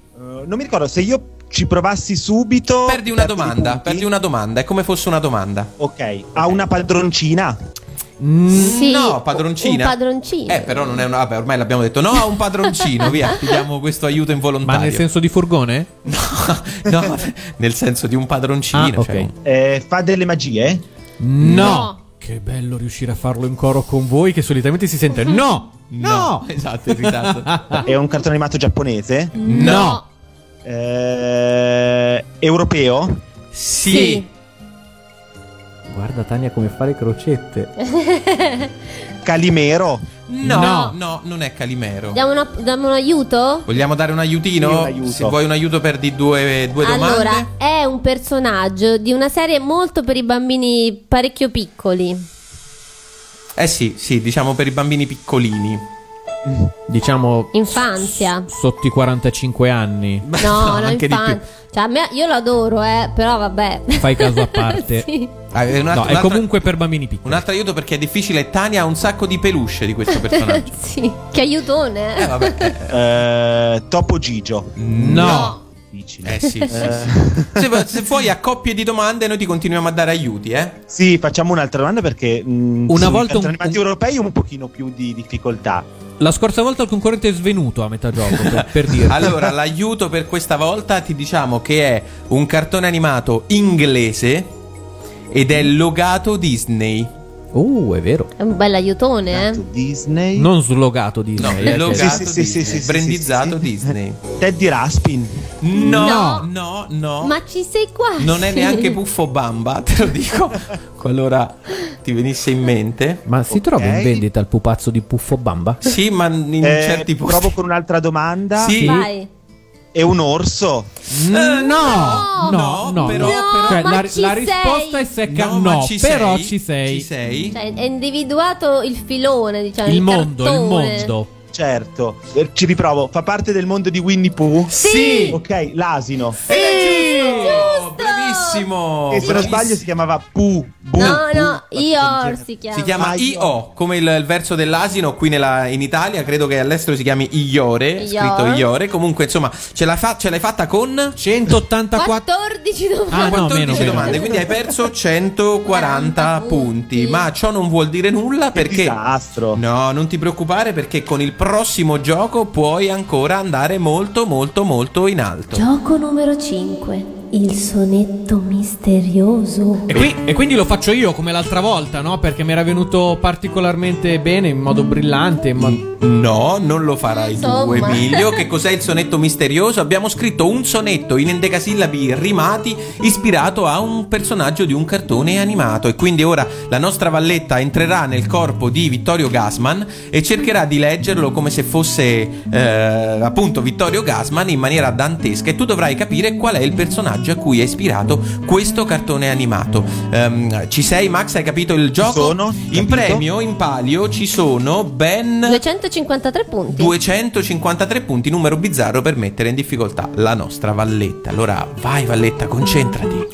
[SPEAKER 9] non mi ricordo se io ci provassi subito.
[SPEAKER 2] Perdi una domanda, perdi una domanda, è come fosse una domanda.
[SPEAKER 9] Ok, ha una padroncina?
[SPEAKER 4] Sì.
[SPEAKER 2] Mm, No, padroncina.
[SPEAKER 4] Un padroncino.
[SPEAKER 2] Eh, però non è una. Vabbè, ormai l'abbiamo detto. No, ha un padroncino. via, ti diamo questo aiuto involontario.
[SPEAKER 3] Ma nel senso di furgone?
[SPEAKER 2] No, nel senso di un padroncino.
[SPEAKER 3] Ah, ok.
[SPEAKER 2] cioè-
[SPEAKER 9] Eh, fa delle magie?
[SPEAKER 3] No. Che bello riuscire a farlo in coro con voi che solitamente si sente no. No.
[SPEAKER 2] Esatto, in ritardo.
[SPEAKER 9] è un cartone animato giapponese?
[SPEAKER 3] No.
[SPEAKER 9] Eh, europeo?
[SPEAKER 2] Sì.
[SPEAKER 13] Guarda Tania come fare crocette.
[SPEAKER 9] Calimero?
[SPEAKER 2] No, no,
[SPEAKER 4] No.
[SPEAKER 2] non è Calimero.
[SPEAKER 4] Diamo, una- diamo un aiuto?
[SPEAKER 2] Vogliamo dare un aiutino?
[SPEAKER 9] Sì, un aiuto.
[SPEAKER 2] Se vuoi un aiuto, perdi due, due domande.
[SPEAKER 4] Allora, è un personaggio di una serie molto per i bambini parecchio piccoli.
[SPEAKER 2] Eh sì, sì, diciamo per i bambini piccolini.
[SPEAKER 3] Diciamo
[SPEAKER 4] Infanzia.
[SPEAKER 3] sotto i 45 anni.
[SPEAKER 4] No, no,
[SPEAKER 3] anche di
[SPEAKER 4] infan- Cioè, a me- io lo adoro, eh, però vabbè.
[SPEAKER 3] Fai caso a parte.
[SPEAKER 4] Sì.
[SPEAKER 2] Ah, è un altro-
[SPEAKER 3] No, è
[SPEAKER 2] un'altra-
[SPEAKER 3] comunque per bambini piccoli.
[SPEAKER 2] Un altro aiuto perché è difficile. Tania ha un sacco di peluche di questo personaggio.
[SPEAKER 4] sì. Che aiutone. eh.
[SPEAKER 2] Vabbè, eh,
[SPEAKER 9] Eh, Topo Gigio?
[SPEAKER 3] No.
[SPEAKER 9] Difficile. Eh.
[SPEAKER 2] eh sì, sì, sì. Se, se vuoi a coppie di domande, noi ti continuiamo a dare aiuti, eh.
[SPEAKER 9] Sì, facciamo un'altra domanda perché mm, mh,
[SPEAKER 3] Una
[SPEAKER 9] sui
[SPEAKER 3] volta un-
[SPEAKER 9] cartoni animati europei un pochino più di difficoltà.
[SPEAKER 3] La scorsa volta il concorrente è svenuto a metà gioco, per, per dirti.
[SPEAKER 2] Allora, l'aiuto per questa volta ti diciamo che è un cartone animato inglese ed è logato Disney.
[SPEAKER 3] Oh, è vero.
[SPEAKER 4] È un bel aiutone, eh.
[SPEAKER 9] Disney.
[SPEAKER 3] Non slogato
[SPEAKER 2] No,
[SPEAKER 3] Disney. eh,
[SPEAKER 2] è
[SPEAKER 3] che-
[SPEAKER 2] logato
[SPEAKER 9] Sì, sì, sì,
[SPEAKER 2] Disney,
[SPEAKER 9] sì, sì, sì,
[SPEAKER 2] brandizzato
[SPEAKER 9] sì, sì.
[SPEAKER 2] Disney.
[SPEAKER 9] Teddy Raspin.
[SPEAKER 2] No,
[SPEAKER 4] No.
[SPEAKER 2] no, no.
[SPEAKER 4] Ma ci sei quasi.
[SPEAKER 2] Non è neanche Puffo Bamba, te lo dico. Qualora ti venisse in mente.
[SPEAKER 13] Ma si
[SPEAKER 9] Ok.
[SPEAKER 13] trova in vendita il pupazzo di Puffo Bamba?
[SPEAKER 2] Sì, ma in
[SPEAKER 9] Eh,
[SPEAKER 2] certi posti.
[SPEAKER 9] provo con un'altra domanda.
[SPEAKER 2] Sì. Eh,
[SPEAKER 4] Vai.
[SPEAKER 9] È un orso?
[SPEAKER 3] Mm, no,
[SPEAKER 2] no,
[SPEAKER 3] no, no,
[SPEAKER 2] però-
[SPEAKER 3] però,
[SPEAKER 4] però-
[SPEAKER 3] Cioè,
[SPEAKER 4] ma
[SPEAKER 3] la,
[SPEAKER 4] ci
[SPEAKER 3] la
[SPEAKER 4] sei.
[SPEAKER 3] risposta è secca. No,
[SPEAKER 2] ma ci
[SPEAKER 3] però
[SPEAKER 2] sei?
[SPEAKER 3] ci sei.
[SPEAKER 2] Ci sei?
[SPEAKER 4] Cioè, è individuato il filone, diciamo,
[SPEAKER 3] Il,
[SPEAKER 4] il,
[SPEAKER 3] mondo, il
[SPEAKER 4] cartone.
[SPEAKER 3] mondo.
[SPEAKER 9] Certo. Eh, Ci riprovo. Fa parte del mondo di Winnie Pooh?
[SPEAKER 2] Sì.
[SPEAKER 9] Ok, l'asino.
[SPEAKER 2] Ed è giusto!
[SPEAKER 4] Giusto!
[SPEAKER 2] Bravissimo!
[SPEAKER 9] e se non sbaglio si chiamava Pooh. Boo,
[SPEAKER 4] No, no,
[SPEAKER 9] Pooh,
[SPEAKER 4] Ior si chiama.
[SPEAKER 2] Si chiama
[SPEAKER 9] Ah, Io.
[SPEAKER 2] IO, come il, il verso dell'asino qui nella- in Italia, credo che all'estero si chiami Iore,
[SPEAKER 4] Ior.
[SPEAKER 2] scritto Iore. Comunque, insomma, ce, la fa- ce l'hai fatta con
[SPEAKER 3] 184.
[SPEAKER 4] 14 domande.
[SPEAKER 3] Ah, no,
[SPEAKER 2] 14
[SPEAKER 3] meno, meno.
[SPEAKER 2] domande, quindi hai perso 140 punti,
[SPEAKER 4] punti.
[SPEAKER 2] ma ciò non vuol dire nulla perché
[SPEAKER 9] Disastro.
[SPEAKER 2] No, non ti preoccupare perché con il prossimo gioco puoi ancora andare molto molto molto in alto.
[SPEAKER 4] Gioco numero 5. Il sonetto misterioso.
[SPEAKER 3] E, qui- e quindi lo faccio io come l'altra volta, no? Perché mi era venuto particolarmente bene, in modo brillante. in modo-
[SPEAKER 2] No, non lo farai tu,
[SPEAKER 4] Insomma.
[SPEAKER 2] Emilio. Che cos'è il sonetto misterioso? Abbiamo scritto un sonetto in endecasillabi rimati ispirato a un personaggio di un cartone animato. E quindi ora la nostra valletta entrerà nel corpo di Vittorio Gasman e cercherà di leggerlo come se fosse eh, appunto Vittorio Gasman in maniera dantesca. E tu dovrai capire qual è il personaggio personaggio a cui è ispirato questo cartone animato. Ehm, ci sei, Max? Hai capito il gioco? sono. In premio, in palio, ci sono ben
[SPEAKER 4] 253 punti.
[SPEAKER 2] 253 punti, numero bizzarro per mettere in difficoltà la nostra Valletta. Allora, vai Valletta, concentrati.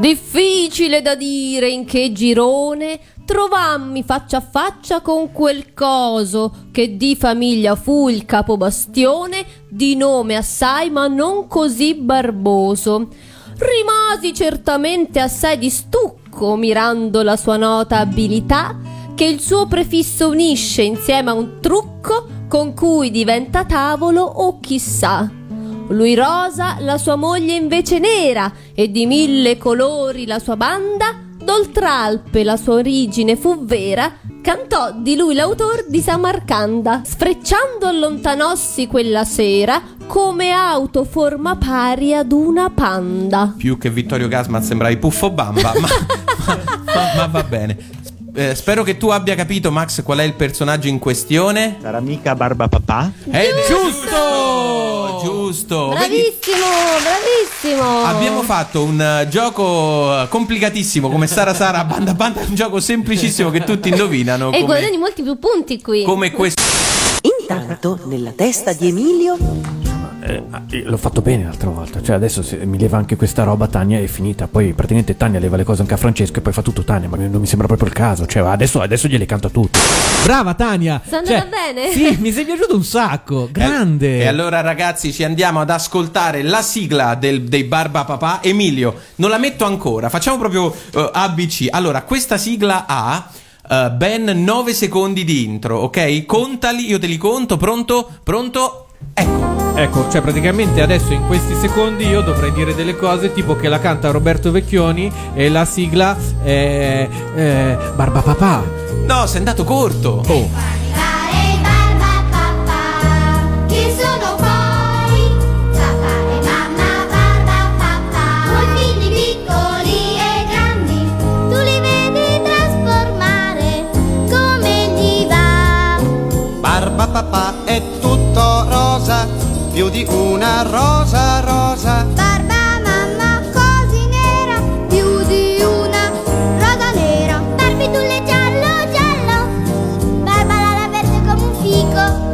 [SPEAKER 4] Difficile da dire in che girone trovammi faccia a faccia con quel coso che di famiglia fu il capobastione, di nome assai ma non così barboso. Rimasi certamente assai di stucco mirando la sua nota abilità che il suo prefisso unisce insieme a un trucco con cui diventa tavolo o chissà. Lui rosa, la sua moglie invece nera, e di mille colori la sua banda, d'oltralpe la sua origine fu vera, cantò di lui l'autor di Samarcanda. Sfrecciando allontanossi quella sera, come auto forma pari ad una panda.
[SPEAKER 2] Più che Vittorio Gasman sembravi Puffo Bamba, ma, ma- ma va bene. S- eh, spero che tu abbia capito, Max, qual è il personaggio in questione.
[SPEAKER 9] Sarà mica Barba Papà?
[SPEAKER 2] È giusto! Giusto! Vedi,
[SPEAKER 4] Bravissimo, bravissimo.
[SPEAKER 2] Abbiamo fatto un eh, gioco eh, complicatissimo come Sara Sara a banda a banda, un gioco semplicissimo che tutti indovinano.
[SPEAKER 4] e
[SPEAKER 2] Come,
[SPEAKER 4] guadagni molti più punti qui.
[SPEAKER 2] come questo.
[SPEAKER 5] Intanto, nella testa di Emilio,
[SPEAKER 19] Eh, eh, l'ho fatto bene l'altra volta. Cioè, adesso se mi leva anche questa roba, Tania è finita. Poi praticamente Tania leva le cose anche a Francesco e poi fa tutto Tania. Ma non mi sembra proprio il caso. Cioè, adesso, adesso gliele canto a tutti.
[SPEAKER 3] Brava Tania!
[SPEAKER 4] Sta
[SPEAKER 2] cioè,
[SPEAKER 4] andando bene?
[SPEAKER 3] Sì, mi sei piaciuto un sacco.
[SPEAKER 19] Eh,
[SPEAKER 3] Grande.
[SPEAKER 2] E allora ragazzi ci andiamo ad ascoltare la sigla del- dei Barba Papà. Emilio, non la metto ancora, facciamo proprio eh, ABC. Allora, questa sigla ha eh, ben 9 secondi di intro, ok? Contali, io te li conto, pronto? Pronto?
[SPEAKER 3] Ecco, cioè praticamente adesso in questi secondi io dovrei dire delle cose tipo che la canta Roberto Vecchioni e la sigla è, è Barba Papà.
[SPEAKER 2] No, sei andato corto.
[SPEAKER 3] Oh.
[SPEAKER 7] Chi sono poi? Papà e mamma, barba, papà. Voi figli piccoli e grandi, tu li vedi trasformare come gli va.
[SPEAKER 20] Barba papà è tutto rosa, più di una rosa rosa.
[SPEAKER 7] Barba mamma così nera, più di una rosa nera. Barbitulle giallo giallo, barba l'ala verde come un fico.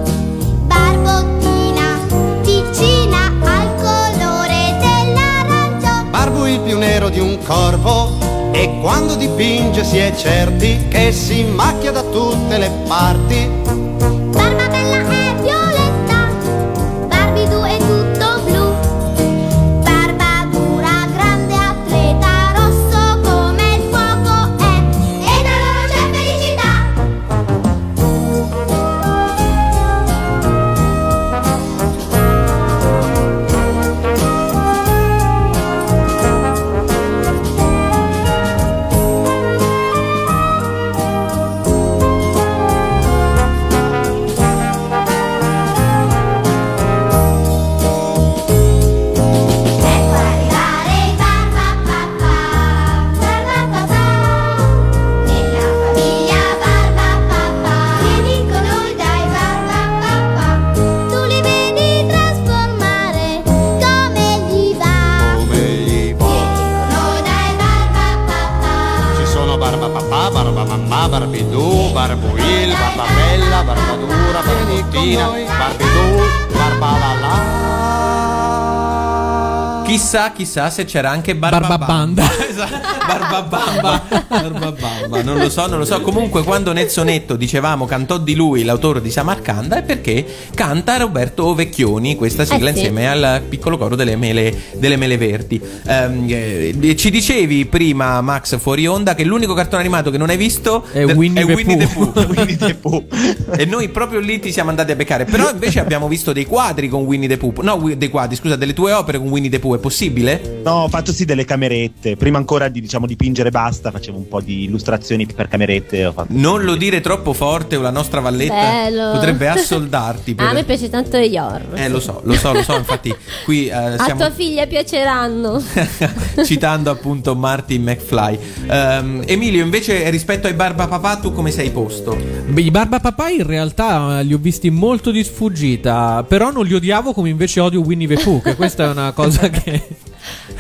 [SPEAKER 7] Barbottina vicina al colore dell'arancio.
[SPEAKER 20] Barbo il più nero di un corvo e quando dipinge si è certi che si macchia da tutte le parti.
[SPEAKER 7] Barba bella è violetta, Barbidu è tutto blu. Barba dura, grande atleta, rosso come il fuoco è. E da loro c'è felicità. Ecco arrivare barba papà, barba papà, nella famiglia barba papà, vieni con noi dai barba papà, tu li vedi trasformare come gli va,
[SPEAKER 20] Ehi,
[SPEAKER 7] vieni con noi dai barba papà,
[SPEAKER 20] Ci sono barba papà, barba mamma, barbidù, barbuil, barba bella, barba dura, barbottina, barbidù, barba la la.
[SPEAKER 2] Chissà, chissà se c'era anche Barba, Esatto.
[SPEAKER 3] Barba Banda.
[SPEAKER 2] Barba Bamba. Barba Bamba. Non lo so, non lo so. Comunque, quando Nezzonetto dicevamo cantò di lui l'autore di Samarcanda, è perché canta Roberto Vecchioni questa sigla
[SPEAKER 21] Eh sì.
[SPEAKER 2] insieme al piccolo coro delle mele, delle mele verdi. Ehm, eh, ci dicevi prima, Max, fuori onda, che l'unico cartone animato che non hai visto è
[SPEAKER 3] Winnie the Pooh.
[SPEAKER 2] Winnie the Pooh. e noi proprio lì ti siamo andati a beccare. Però invece abbiamo visto dei quadri con Winnie the Pooh. No, wi- dei quadri, scusa, delle tue opere con Winnie the Pooh. È possibile?
[SPEAKER 9] No, ho fatto sì delle camerette. Prima ancora di diciamo dipingere basta, facevo un po' di illustrazioni per camerette. Ho fatto...
[SPEAKER 2] Non lo dire troppo forte o la nostra valletta
[SPEAKER 4] Bello.
[SPEAKER 2] potrebbe assoldarti. per-
[SPEAKER 4] Ah, a me piace tanto gli horror.
[SPEAKER 2] Eh, lo so, lo so, lo so. Infatti, qui eh,
[SPEAKER 4] A
[SPEAKER 2] stiamo
[SPEAKER 4] tua figlia piaceranno.
[SPEAKER 2] citando appunto Martin McFly. Ehm, Emilio, invece, rispetto ai Barba Papà, tu come sei posto?
[SPEAKER 3] Beh, I Barba Papà in realtà eh, li ho visti molto di sfuggita, però non li odiavo come invece odio Winnie the Pooh, che questa è una cosa che...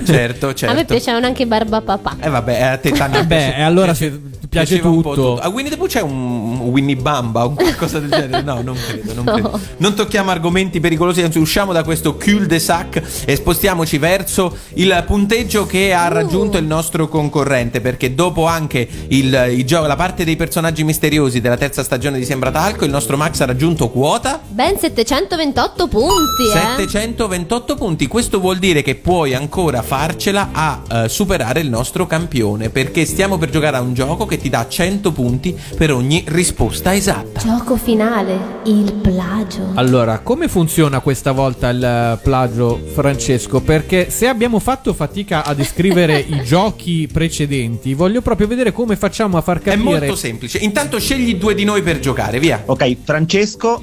[SPEAKER 2] Certo, certo.
[SPEAKER 4] A me piacevano anche Barba Papà.
[SPEAKER 2] Eh vabbè, a te tanto
[SPEAKER 3] Vabbè, e allora se ti piace
[SPEAKER 2] piaceva un po'
[SPEAKER 3] tutto.
[SPEAKER 2] A Winnie the Pooh c'è un Winnie Bamba, un qualcosa del genere. No, non credo, non
[SPEAKER 3] No.
[SPEAKER 2] credo. Non tocchiamo argomenti pericolosi, anzi usciamo da questo cul-de-sac e spostiamoci verso il punteggio che ha raggiunto il nostro concorrente, perché dopo anche il, i gio- la parte dei personaggi misteriosi della terza stagione di Sembra Talco, il nostro Max ha raggiunto quota
[SPEAKER 4] Ben 728 punti, eh.
[SPEAKER 2] 728 punti. Questo vuol dire che puoi ancora farcela a eh, superare il nostro campione. Perché stiamo per giocare a un gioco che ti dà 100 punti per ogni risposta esatta.
[SPEAKER 4] Gioco finale, il plagio.
[SPEAKER 3] Allora, come funziona questa volta il eh, plagio, Francesco? Perché se abbiamo fatto fatica a descrivere i giochi precedenti, voglio proprio vedere come facciamo a far
[SPEAKER 2] È
[SPEAKER 3] capire.
[SPEAKER 2] molto semplice. Intanto scegli due di noi per giocare, via.
[SPEAKER 9] Ok, Francesco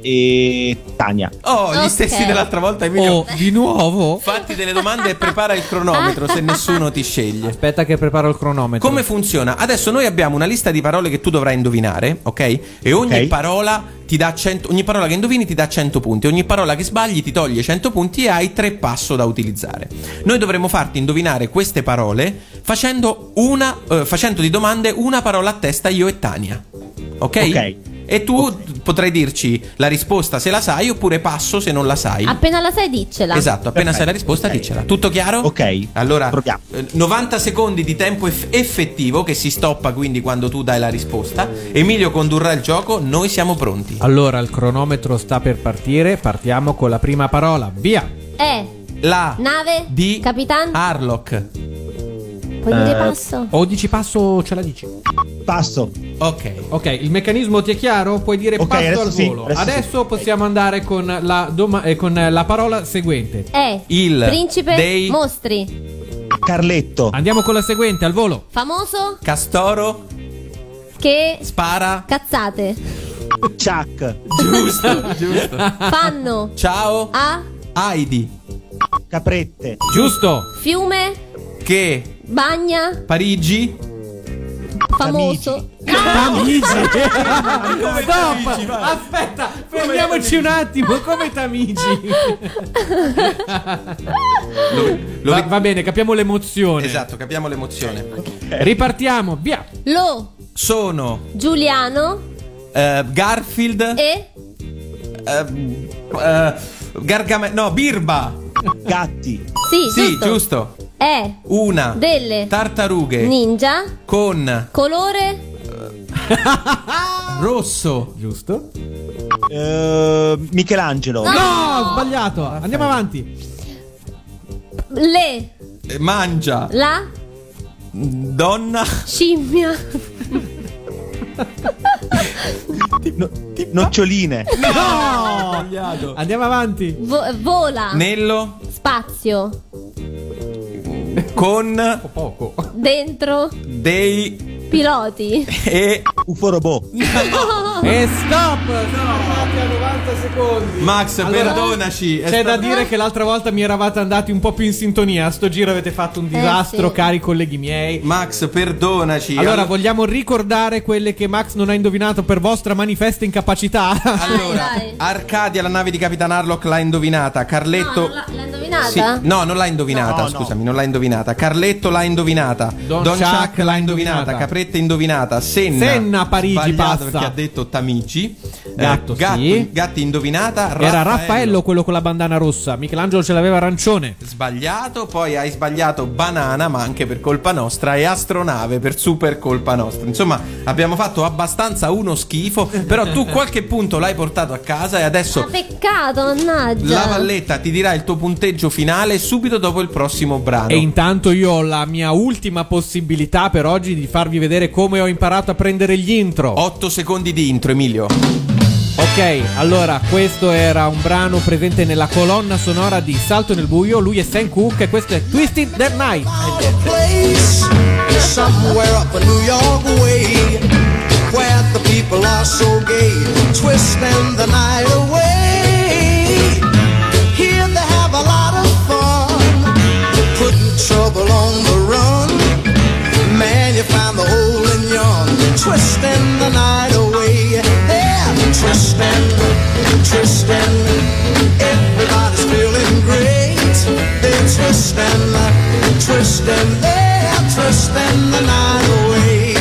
[SPEAKER 9] e Tania.
[SPEAKER 2] Oh, gli
[SPEAKER 9] Ok.
[SPEAKER 2] stessi dell'altra volta, Emilio.
[SPEAKER 3] Oh, di nuovo?
[SPEAKER 2] Fatti delle domande e prepara il cronometro se nessuno ti sceglie.
[SPEAKER 3] Aspetta che preparo il cronometro.
[SPEAKER 2] Come funziona? Adesso noi abbiamo una lista di parole che tu dovrai indovinare, ok? E ogni
[SPEAKER 9] Ok.
[SPEAKER 2] parola ti dà 100 ogni parola che indovini ti dà 100 punti, ogni parola che sbagli ti toglie 100 punti e hai tre passo da utilizzare. Noi dovremo farti indovinare queste parole facendo una eh, facendo di domande una parola a testa io e Tania. Ok?
[SPEAKER 9] Ok.
[SPEAKER 2] E tu potrai dirci la risposta se la sai oppure passo se non la sai.
[SPEAKER 4] Appena la sai, diccela.
[SPEAKER 2] Esatto, appena sai la risposta dicela. Tutto chiaro? Ok. Allora, eh, 90 secondi di tempo eff- effettivo che si stoppa quindi quando tu dai la risposta. Emilio condurrà il gioco, noi siamo pronti.
[SPEAKER 3] Allora, il cronometro sta per partire. Partiamo con la prima parola. Via.
[SPEAKER 4] Eh,
[SPEAKER 3] Ah.
[SPEAKER 2] La
[SPEAKER 4] nave,
[SPEAKER 2] di
[SPEAKER 4] capitano,
[SPEAKER 2] Harlock.
[SPEAKER 4] puoi
[SPEAKER 9] Eh.
[SPEAKER 4] dire passo?
[SPEAKER 3] O dici passo, ce la dici.
[SPEAKER 9] Passo.
[SPEAKER 2] Ok.
[SPEAKER 3] Ok, il meccanismo ti è chiaro? Puoi dire
[SPEAKER 9] Ok,
[SPEAKER 3] passo
[SPEAKER 9] adesso
[SPEAKER 3] al
[SPEAKER 9] sì,
[SPEAKER 3] volo.
[SPEAKER 9] adesso
[SPEAKER 3] Adesso,
[SPEAKER 9] sì.
[SPEAKER 3] possiamo andare con la, doma- eh, con la parola seguente.
[SPEAKER 4] Eh,
[SPEAKER 3] Il
[SPEAKER 4] principe,
[SPEAKER 3] dei-
[SPEAKER 4] mostri,
[SPEAKER 9] Carletto.
[SPEAKER 3] Andiamo con la seguente al volo.
[SPEAKER 4] famoso,
[SPEAKER 2] Castoro.
[SPEAKER 4] che,
[SPEAKER 2] Spara.
[SPEAKER 4] cazzate,
[SPEAKER 9] Chuck.
[SPEAKER 2] Giusto, giusto.
[SPEAKER 4] fanno,
[SPEAKER 2] Ciao.
[SPEAKER 4] a,
[SPEAKER 2] Heidi.
[SPEAKER 9] Caprette.
[SPEAKER 3] Giusto.
[SPEAKER 4] fiume,
[SPEAKER 2] Che
[SPEAKER 4] bagna,
[SPEAKER 2] Parigi.
[SPEAKER 4] famoso.
[SPEAKER 3] Come Stop! Aspetta, fermiamoci un attimo. Come Tamigi? va, va bene, capiamo l'emozione.
[SPEAKER 2] Esatto, capiamo l'emozione.
[SPEAKER 3] Ripartiamo, via.
[SPEAKER 4] Lo,
[SPEAKER 2] Sono
[SPEAKER 4] Giuliano
[SPEAKER 2] eh, Garfield.
[SPEAKER 4] e
[SPEAKER 2] eh, eh, Gargame- No, Birba.
[SPEAKER 9] Gatti.
[SPEAKER 4] Sì,
[SPEAKER 2] Sì,
[SPEAKER 4] giusto.
[SPEAKER 2] giusto.
[SPEAKER 4] è
[SPEAKER 2] Una.
[SPEAKER 4] delle
[SPEAKER 2] Tartarughe.
[SPEAKER 4] ninja
[SPEAKER 2] Con
[SPEAKER 4] colore
[SPEAKER 2] rosso.
[SPEAKER 3] Giusto.
[SPEAKER 9] Eh, Michelangelo.
[SPEAKER 3] No, ho sbagliato. Andiamo avanti.
[SPEAKER 4] le
[SPEAKER 2] Eh, Mangia.
[SPEAKER 4] la
[SPEAKER 2] Donna.
[SPEAKER 4] scimmia
[SPEAKER 2] Mm.
[SPEAKER 9] Noccioline.
[SPEAKER 3] No! Andiamo avanti.
[SPEAKER 4] vo- vola
[SPEAKER 2] Nello.
[SPEAKER 4] spazio
[SPEAKER 2] Con. Poco.
[SPEAKER 4] dentro
[SPEAKER 2] Dei.
[SPEAKER 4] piloti
[SPEAKER 2] E.
[SPEAKER 9] Uforobot.
[SPEAKER 3] E stop! Siamo arrivati a 90 secondi.
[SPEAKER 2] Max,
[SPEAKER 3] Allora,
[SPEAKER 2] perdonaci. È
[SPEAKER 3] C'è da
[SPEAKER 2] stato-
[SPEAKER 3] dire che l'altra volta mi eravate andati un po' più in sintonia. A sto giro avete fatto un disastro,
[SPEAKER 2] sì.
[SPEAKER 3] cari colleghi miei.
[SPEAKER 2] Max, perdonaci.
[SPEAKER 3] Allora, vogliamo ricordare quelle che Max non ha indovinato per vostra manifesta incapacità?
[SPEAKER 2] Allora, Arcadia, la nave di Capitan Harlock, l'ha indovinata. Carletto.
[SPEAKER 4] l'ha, l'ha indovinata
[SPEAKER 2] Sì, no, non l'ha indovinata,
[SPEAKER 3] No, no.
[SPEAKER 2] scusami, non l'ha indovinata. Carletto l'ha indovinata.
[SPEAKER 3] Don
[SPEAKER 2] Chuck
[SPEAKER 3] Chuck
[SPEAKER 2] l'ha
[SPEAKER 3] l'ha
[SPEAKER 2] indovinata.
[SPEAKER 3] indovinata.
[SPEAKER 2] Capretta indovinata. Senna.
[SPEAKER 3] Senna, Parigi,
[SPEAKER 2] sbagliato
[SPEAKER 3] passa.
[SPEAKER 2] perché ha detto Tamigi. Eh,
[SPEAKER 3] Gatto, sì.
[SPEAKER 2] Gatti indovinata.
[SPEAKER 3] Era
[SPEAKER 2] Raffaello.
[SPEAKER 3] Raffaello quello con la bandana rossa. Michelangelo ce l'aveva arancione.
[SPEAKER 2] Sbagliato, poi hai sbagliato banana, ma anche per colpa nostra, e astronave per super colpa nostra. Insomma, abbiamo fatto abbastanza uno schifo, però tu qualche punto l'hai portato a casa e adesso
[SPEAKER 4] peccato mannaggia
[SPEAKER 2] la Valletta ti dirà il tuo punteggio finale subito dopo il prossimo brano.
[SPEAKER 3] E intanto io ho la mia ultima possibilità per oggi di farvi vedere come ho imparato a prendere gli intro.
[SPEAKER 2] 8 secondi di intro, Emilio.
[SPEAKER 3] Ok, allora questo era un brano presente nella colonna sonora di Salto nel buio. Lui è Sam Cooke e questo è Twisted That Night.
[SPEAKER 16] place is somewhere up in New York way where the people are so gay, twisting the night away. Here they have a lot of fun, putting trouble on the run. Man, you find the hole in yon, twisting the night away. They're twisting, twisting. Everybody's feeling great. They're twisting. twist and left, twist and left, twist and the night away.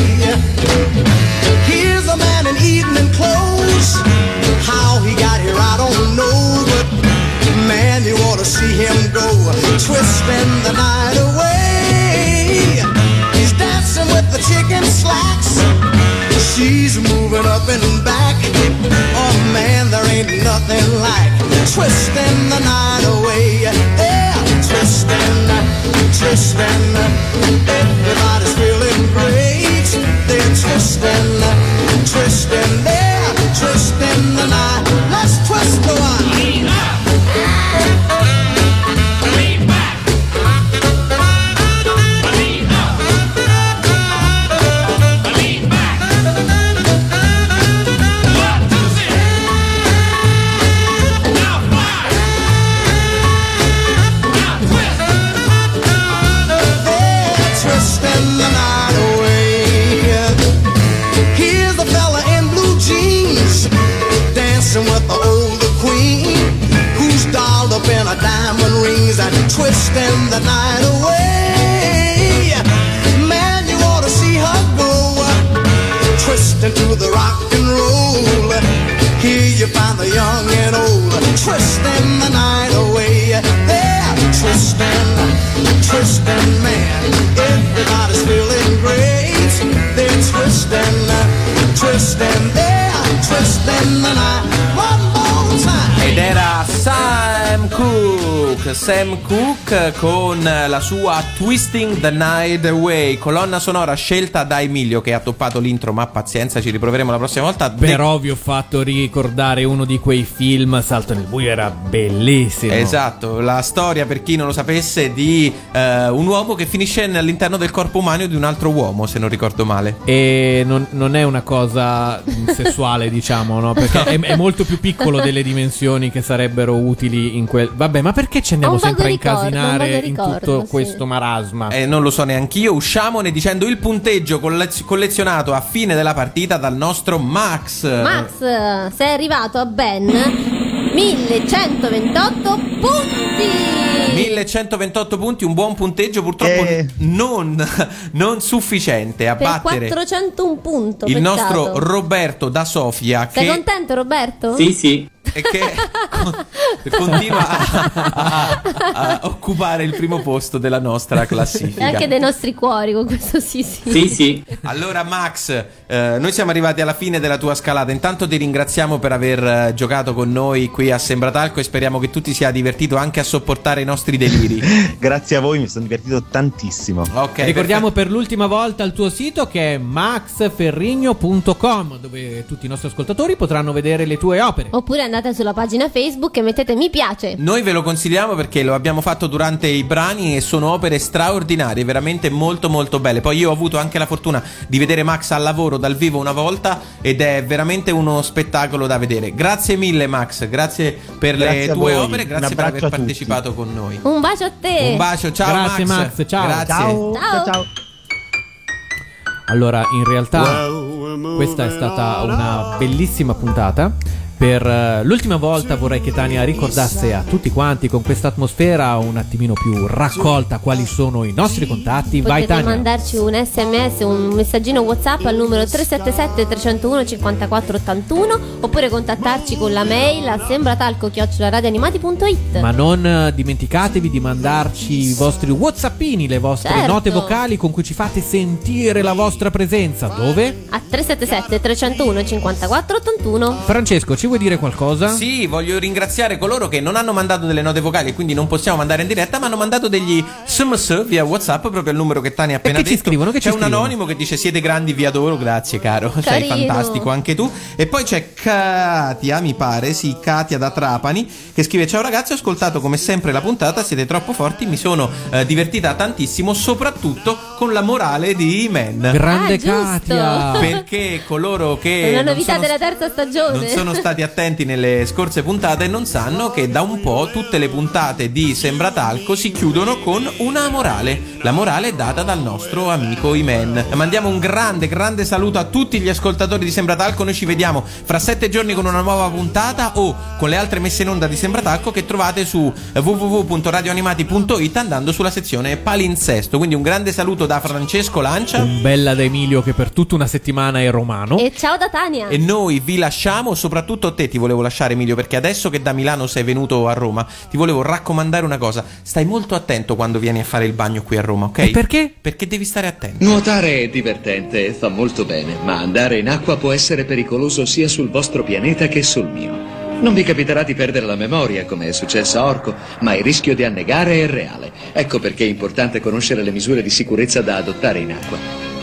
[SPEAKER 16] Here's a man in evening clothes. How he got here, I don't know, but man, you ought to see him go, twisting the night away. He's dancing with the chicken slacks. She's moving up and back. Oh man, there ain't nothing like twisting the night away. Yeah, twisting, twisting. Everybody's feeling great. They're twisting, twisting. They're twisting the night. Let's twist the one. Lean up. Lean back. Lean up. Lean back. They're twisting the night away. Here's a fella in blue jeans dancing with the older queen who's dolled up in her diamond rings and twisting the night away. Man, you ought to see her go twisting to the rock and roll. Here you find the young and old, twisting the night away. They're twisting, twisting, man. Everybody's feeling great. They're twisting, twisting, they're twisting the night. One more time.
[SPEAKER 2] Ed era Sam Cooke, Sam Cooke con la sua Twisting the Night Away, colonna sonora scelta da Emilio che ha toppato l'intro, ma pazienza, ci riproveremo la prossima volta.
[SPEAKER 3] Però vi ho fatto ricordare uno di quei film Salto nel buio era bellissimo.
[SPEAKER 2] Esatto, la storia per chi non lo sapesse di eh, un uomo che finisce all'interno del corpo umano di un altro uomo, se non ricordo male.
[SPEAKER 3] E non, non è una cosa mh, sessuale, diciamo, no? Perché È, è molto più piccolo delle dimensioni che sarebbero utili in quel. Vabbè, ma perché ci andiamo
[SPEAKER 4] Ho un vago
[SPEAKER 3] sempre a
[SPEAKER 4] ricordo,
[SPEAKER 3] incasinare
[SPEAKER 4] un vago ricordo,
[SPEAKER 3] in tutto
[SPEAKER 4] sì.
[SPEAKER 3] questo marasma?
[SPEAKER 2] Eh, non lo so neanche io. Usciamone dicendo il punteggio collez- collezionato a fine della partita dal nostro Max.
[SPEAKER 4] Max, sei arrivato a ben 1128 punti.
[SPEAKER 2] 1128 punti, un buon punteggio, purtroppo non, non sufficiente a
[SPEAKER 4] Per
[SPEAKER 2] battere
[SPEAKER 4] 401 punto.
[SPEAKER 2] il
[SPEAKER 4] peccato.
[SPEAKER 2] nostro Roberto da Sofia
[SPEAKER 4] Sei
[SPEAKER 2] che
[SPEAKER 4] contento, Roberto?
[SPEAKER 2] continua a, a- a occupare il primo posto della nostra
[SPEAKER 4] E
[SPEAKER 2] classifica.
[SPEAKER 4] anche dei nostri cuori con questo sì, sì.
[SPEAKER 2] Allora Max, eh, noi siamo arrivati alla fine della tua scalata. Intanto ti ringraziamo per aver eh, giocato con noi qui a Sembratalco e speriamo che tu ti sia divertito anche a sopportare i nostri deliri.
[SPEAKER 9] Grazie a voi, mi sono divertito tantissimo.
[SPEAKER 2] Ok,
[SPEAKER 3] Ricordiamo per l'ultima volta il tuo sito che è maxferrigno.com dove tutti i nostri ascoltatori potranno vedere le tue opere.
[SPEAKER 4] Oppure andate sulla pagina Facebook e mettete mi piace.
[SPEAKER 2] Noi ve lo consigliamo perché lo abbiamo fatto durante i brani e sono opere straordinarie, veramente molto molto belle. Poi io ho avuto anche la fortuna di vedere Max al lavoro dal vivo una volta ed è veramente uno spettacolo da vedere. Grazie mille Max, grazie per
[SPEAKER 9] Grazie
[SPEAKER 2] le
[SPEAKER 9] a
[SPEAKER 2] tue
[SPEAKER 9] voi,
[SPEAKER 2] opere,
[SPEAKER 9] un
[SPEAKER 2] grazie per
[SPEAKER 9] abbraccio
[SPEAKER 2] aver
[SPEAKER 9] a tutti.
[SPEAKER 2] partecipato con noi.
[SPEAKER 4] Un bacio a te.
[SPEAKER 2] Un bacio, ciao
[SPEAKER 3] Grazie, Max, ciao.
[SPEAKER 2] Grazie.
[SPEAKER 3] Ciao.
[SPEAKER 4] Ciao.
[SPEAKER 3] Allora, in realtà questa è stata una bellissima puntata. Per eh, l'ultima volta vorrei che Tania ricordasse a tutti quanti con questa atmosfera un attimino più raccolta quali sono i nostri contatti. Vai
[SPEAKER 4] Potete
[SPEAKER 3] Tania.
[SPEAKER 4] mandarci un sms, un messaggino WhatsApp al numero 377 301 5481 oppure contattarci con la mail a sembratalco@radioanimati.it.
[SPEAKER 3] Ma non eh, dimenticatevi di mandarci i vostri whatsappini, le vostre
[SPEAKER 4] Certo.
[SPEAKER 3] note vocali con cui ci fate sentire la vostra presenza. Dove?
[SPEAKER 4] A 377 301 5481.
[SPEAKER 3] Francesco, ci vuoi dire qualcosa?
[SPEAKER 2] Sì, voglio ringraziare coloro che non hanno mandato delle note vocali, quindi non possiamo mandare in diretta, ma hanno mandato degli sms via WhatsApp proprio al numero che Tani ha appena
[SPEAKER 3] che ci
[SPEAKER 2] detto.
[SPEAKER 3] scrivono? Che
[SPEAKER 2] c'è
[SPEAKER 3] ci
[SPEAKER 2] un
[SPEAKER 3] scrivono?
[SPEAKER 2] anonimo che dice siete grandi, vi adoro, grazie caro, sei
[SPEAKER 3] Carino.
[SPEAKER 2] fantastico anche tu. E poi c'è Katia, mi pare, sì, Katia da Trapani, che scrive ciao ragazzi, ho ascoltato come sempre la puntata, siete troppo forti, mi sono eh, divertita tantissimo, soprattutto con la morale di Men.
[SPEAKER 3] Grande
[SPEAKER 4] Ah, giusto.
[SPEAKER 3] Katia.
[SPEAKER 2] Perché coloro che...
[SPEAKER 4] è una
[SPEAKER 2] Eh, non
[SPEAKER 4] novità
[SPEAKER 2] sono
[SPEAKER 4] della terza stagione.
[SPEAKER 2] non sono stati attenti nelle scorse puntate e non sanno che da un po' tutte le puntate di Sembra Talco si chiudono con un una morale. La morale è data dal nostro amico Imen. Mandiamo un grande, grande saluto a tutti gli ascoltatori di Sembratalco. Noi ci vediamo fra sette giorni con una nuova puntata o con le altre messe in onda di Sembratalco che trovate su www.radioanimati.it andando sulla sezione palinsesto. Quindi un grande saluto da Francesco Lancia.
[SPEAKER 13] Bella da Emilio che per tutta una settimana è romano.
[SPEAKER 4] E ciao da Tania.
[SPEAKER 2] E noi vi lasciamo, soprattutto te ti volevo lasciare Emilio, perché adesso che da Milano sei venuto a Roma, ti volevo raccomandare una cosa, stai molto attento quando vieni a fare il bagno qui a Roma, ok?
[SPEAKER 13] perché?
[SPEAKER 2] Perché devi stare attento.
[SPEAKER 22] Nuotare è divertente e fa molto bene, ma andare in acqua può essere pericoloso sia sul vostro pianeta che sul mio. Non vi capiterà di perdere la memoria, come è successo a Orco, ma il rischio di annegare è reale. Ecco perché è importante conoscere le misure di sicurezza da adottare in acqua.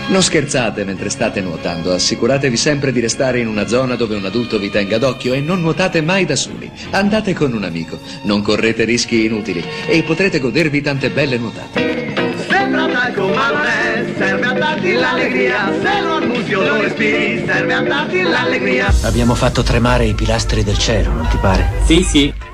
[SPEAKER 22] Non scherzate mentre state nuotando, assicuratevi sempre di restare in una zona dove un adulto vi tenga d'occhio e non nuotate mai da soli. Andate con un amico, non correte rischi inutili e potrete godervi tante belle nuotate.
[SPEAKER 1] Sembra talco ma non è, serve a darti l'allegria, se lo annusi o lo respiri, serve a darti l'allegria.
[SPEAKER 23] Abbiamo fatto tremare i pilastri del cielo, non ti pare? Sì, sì.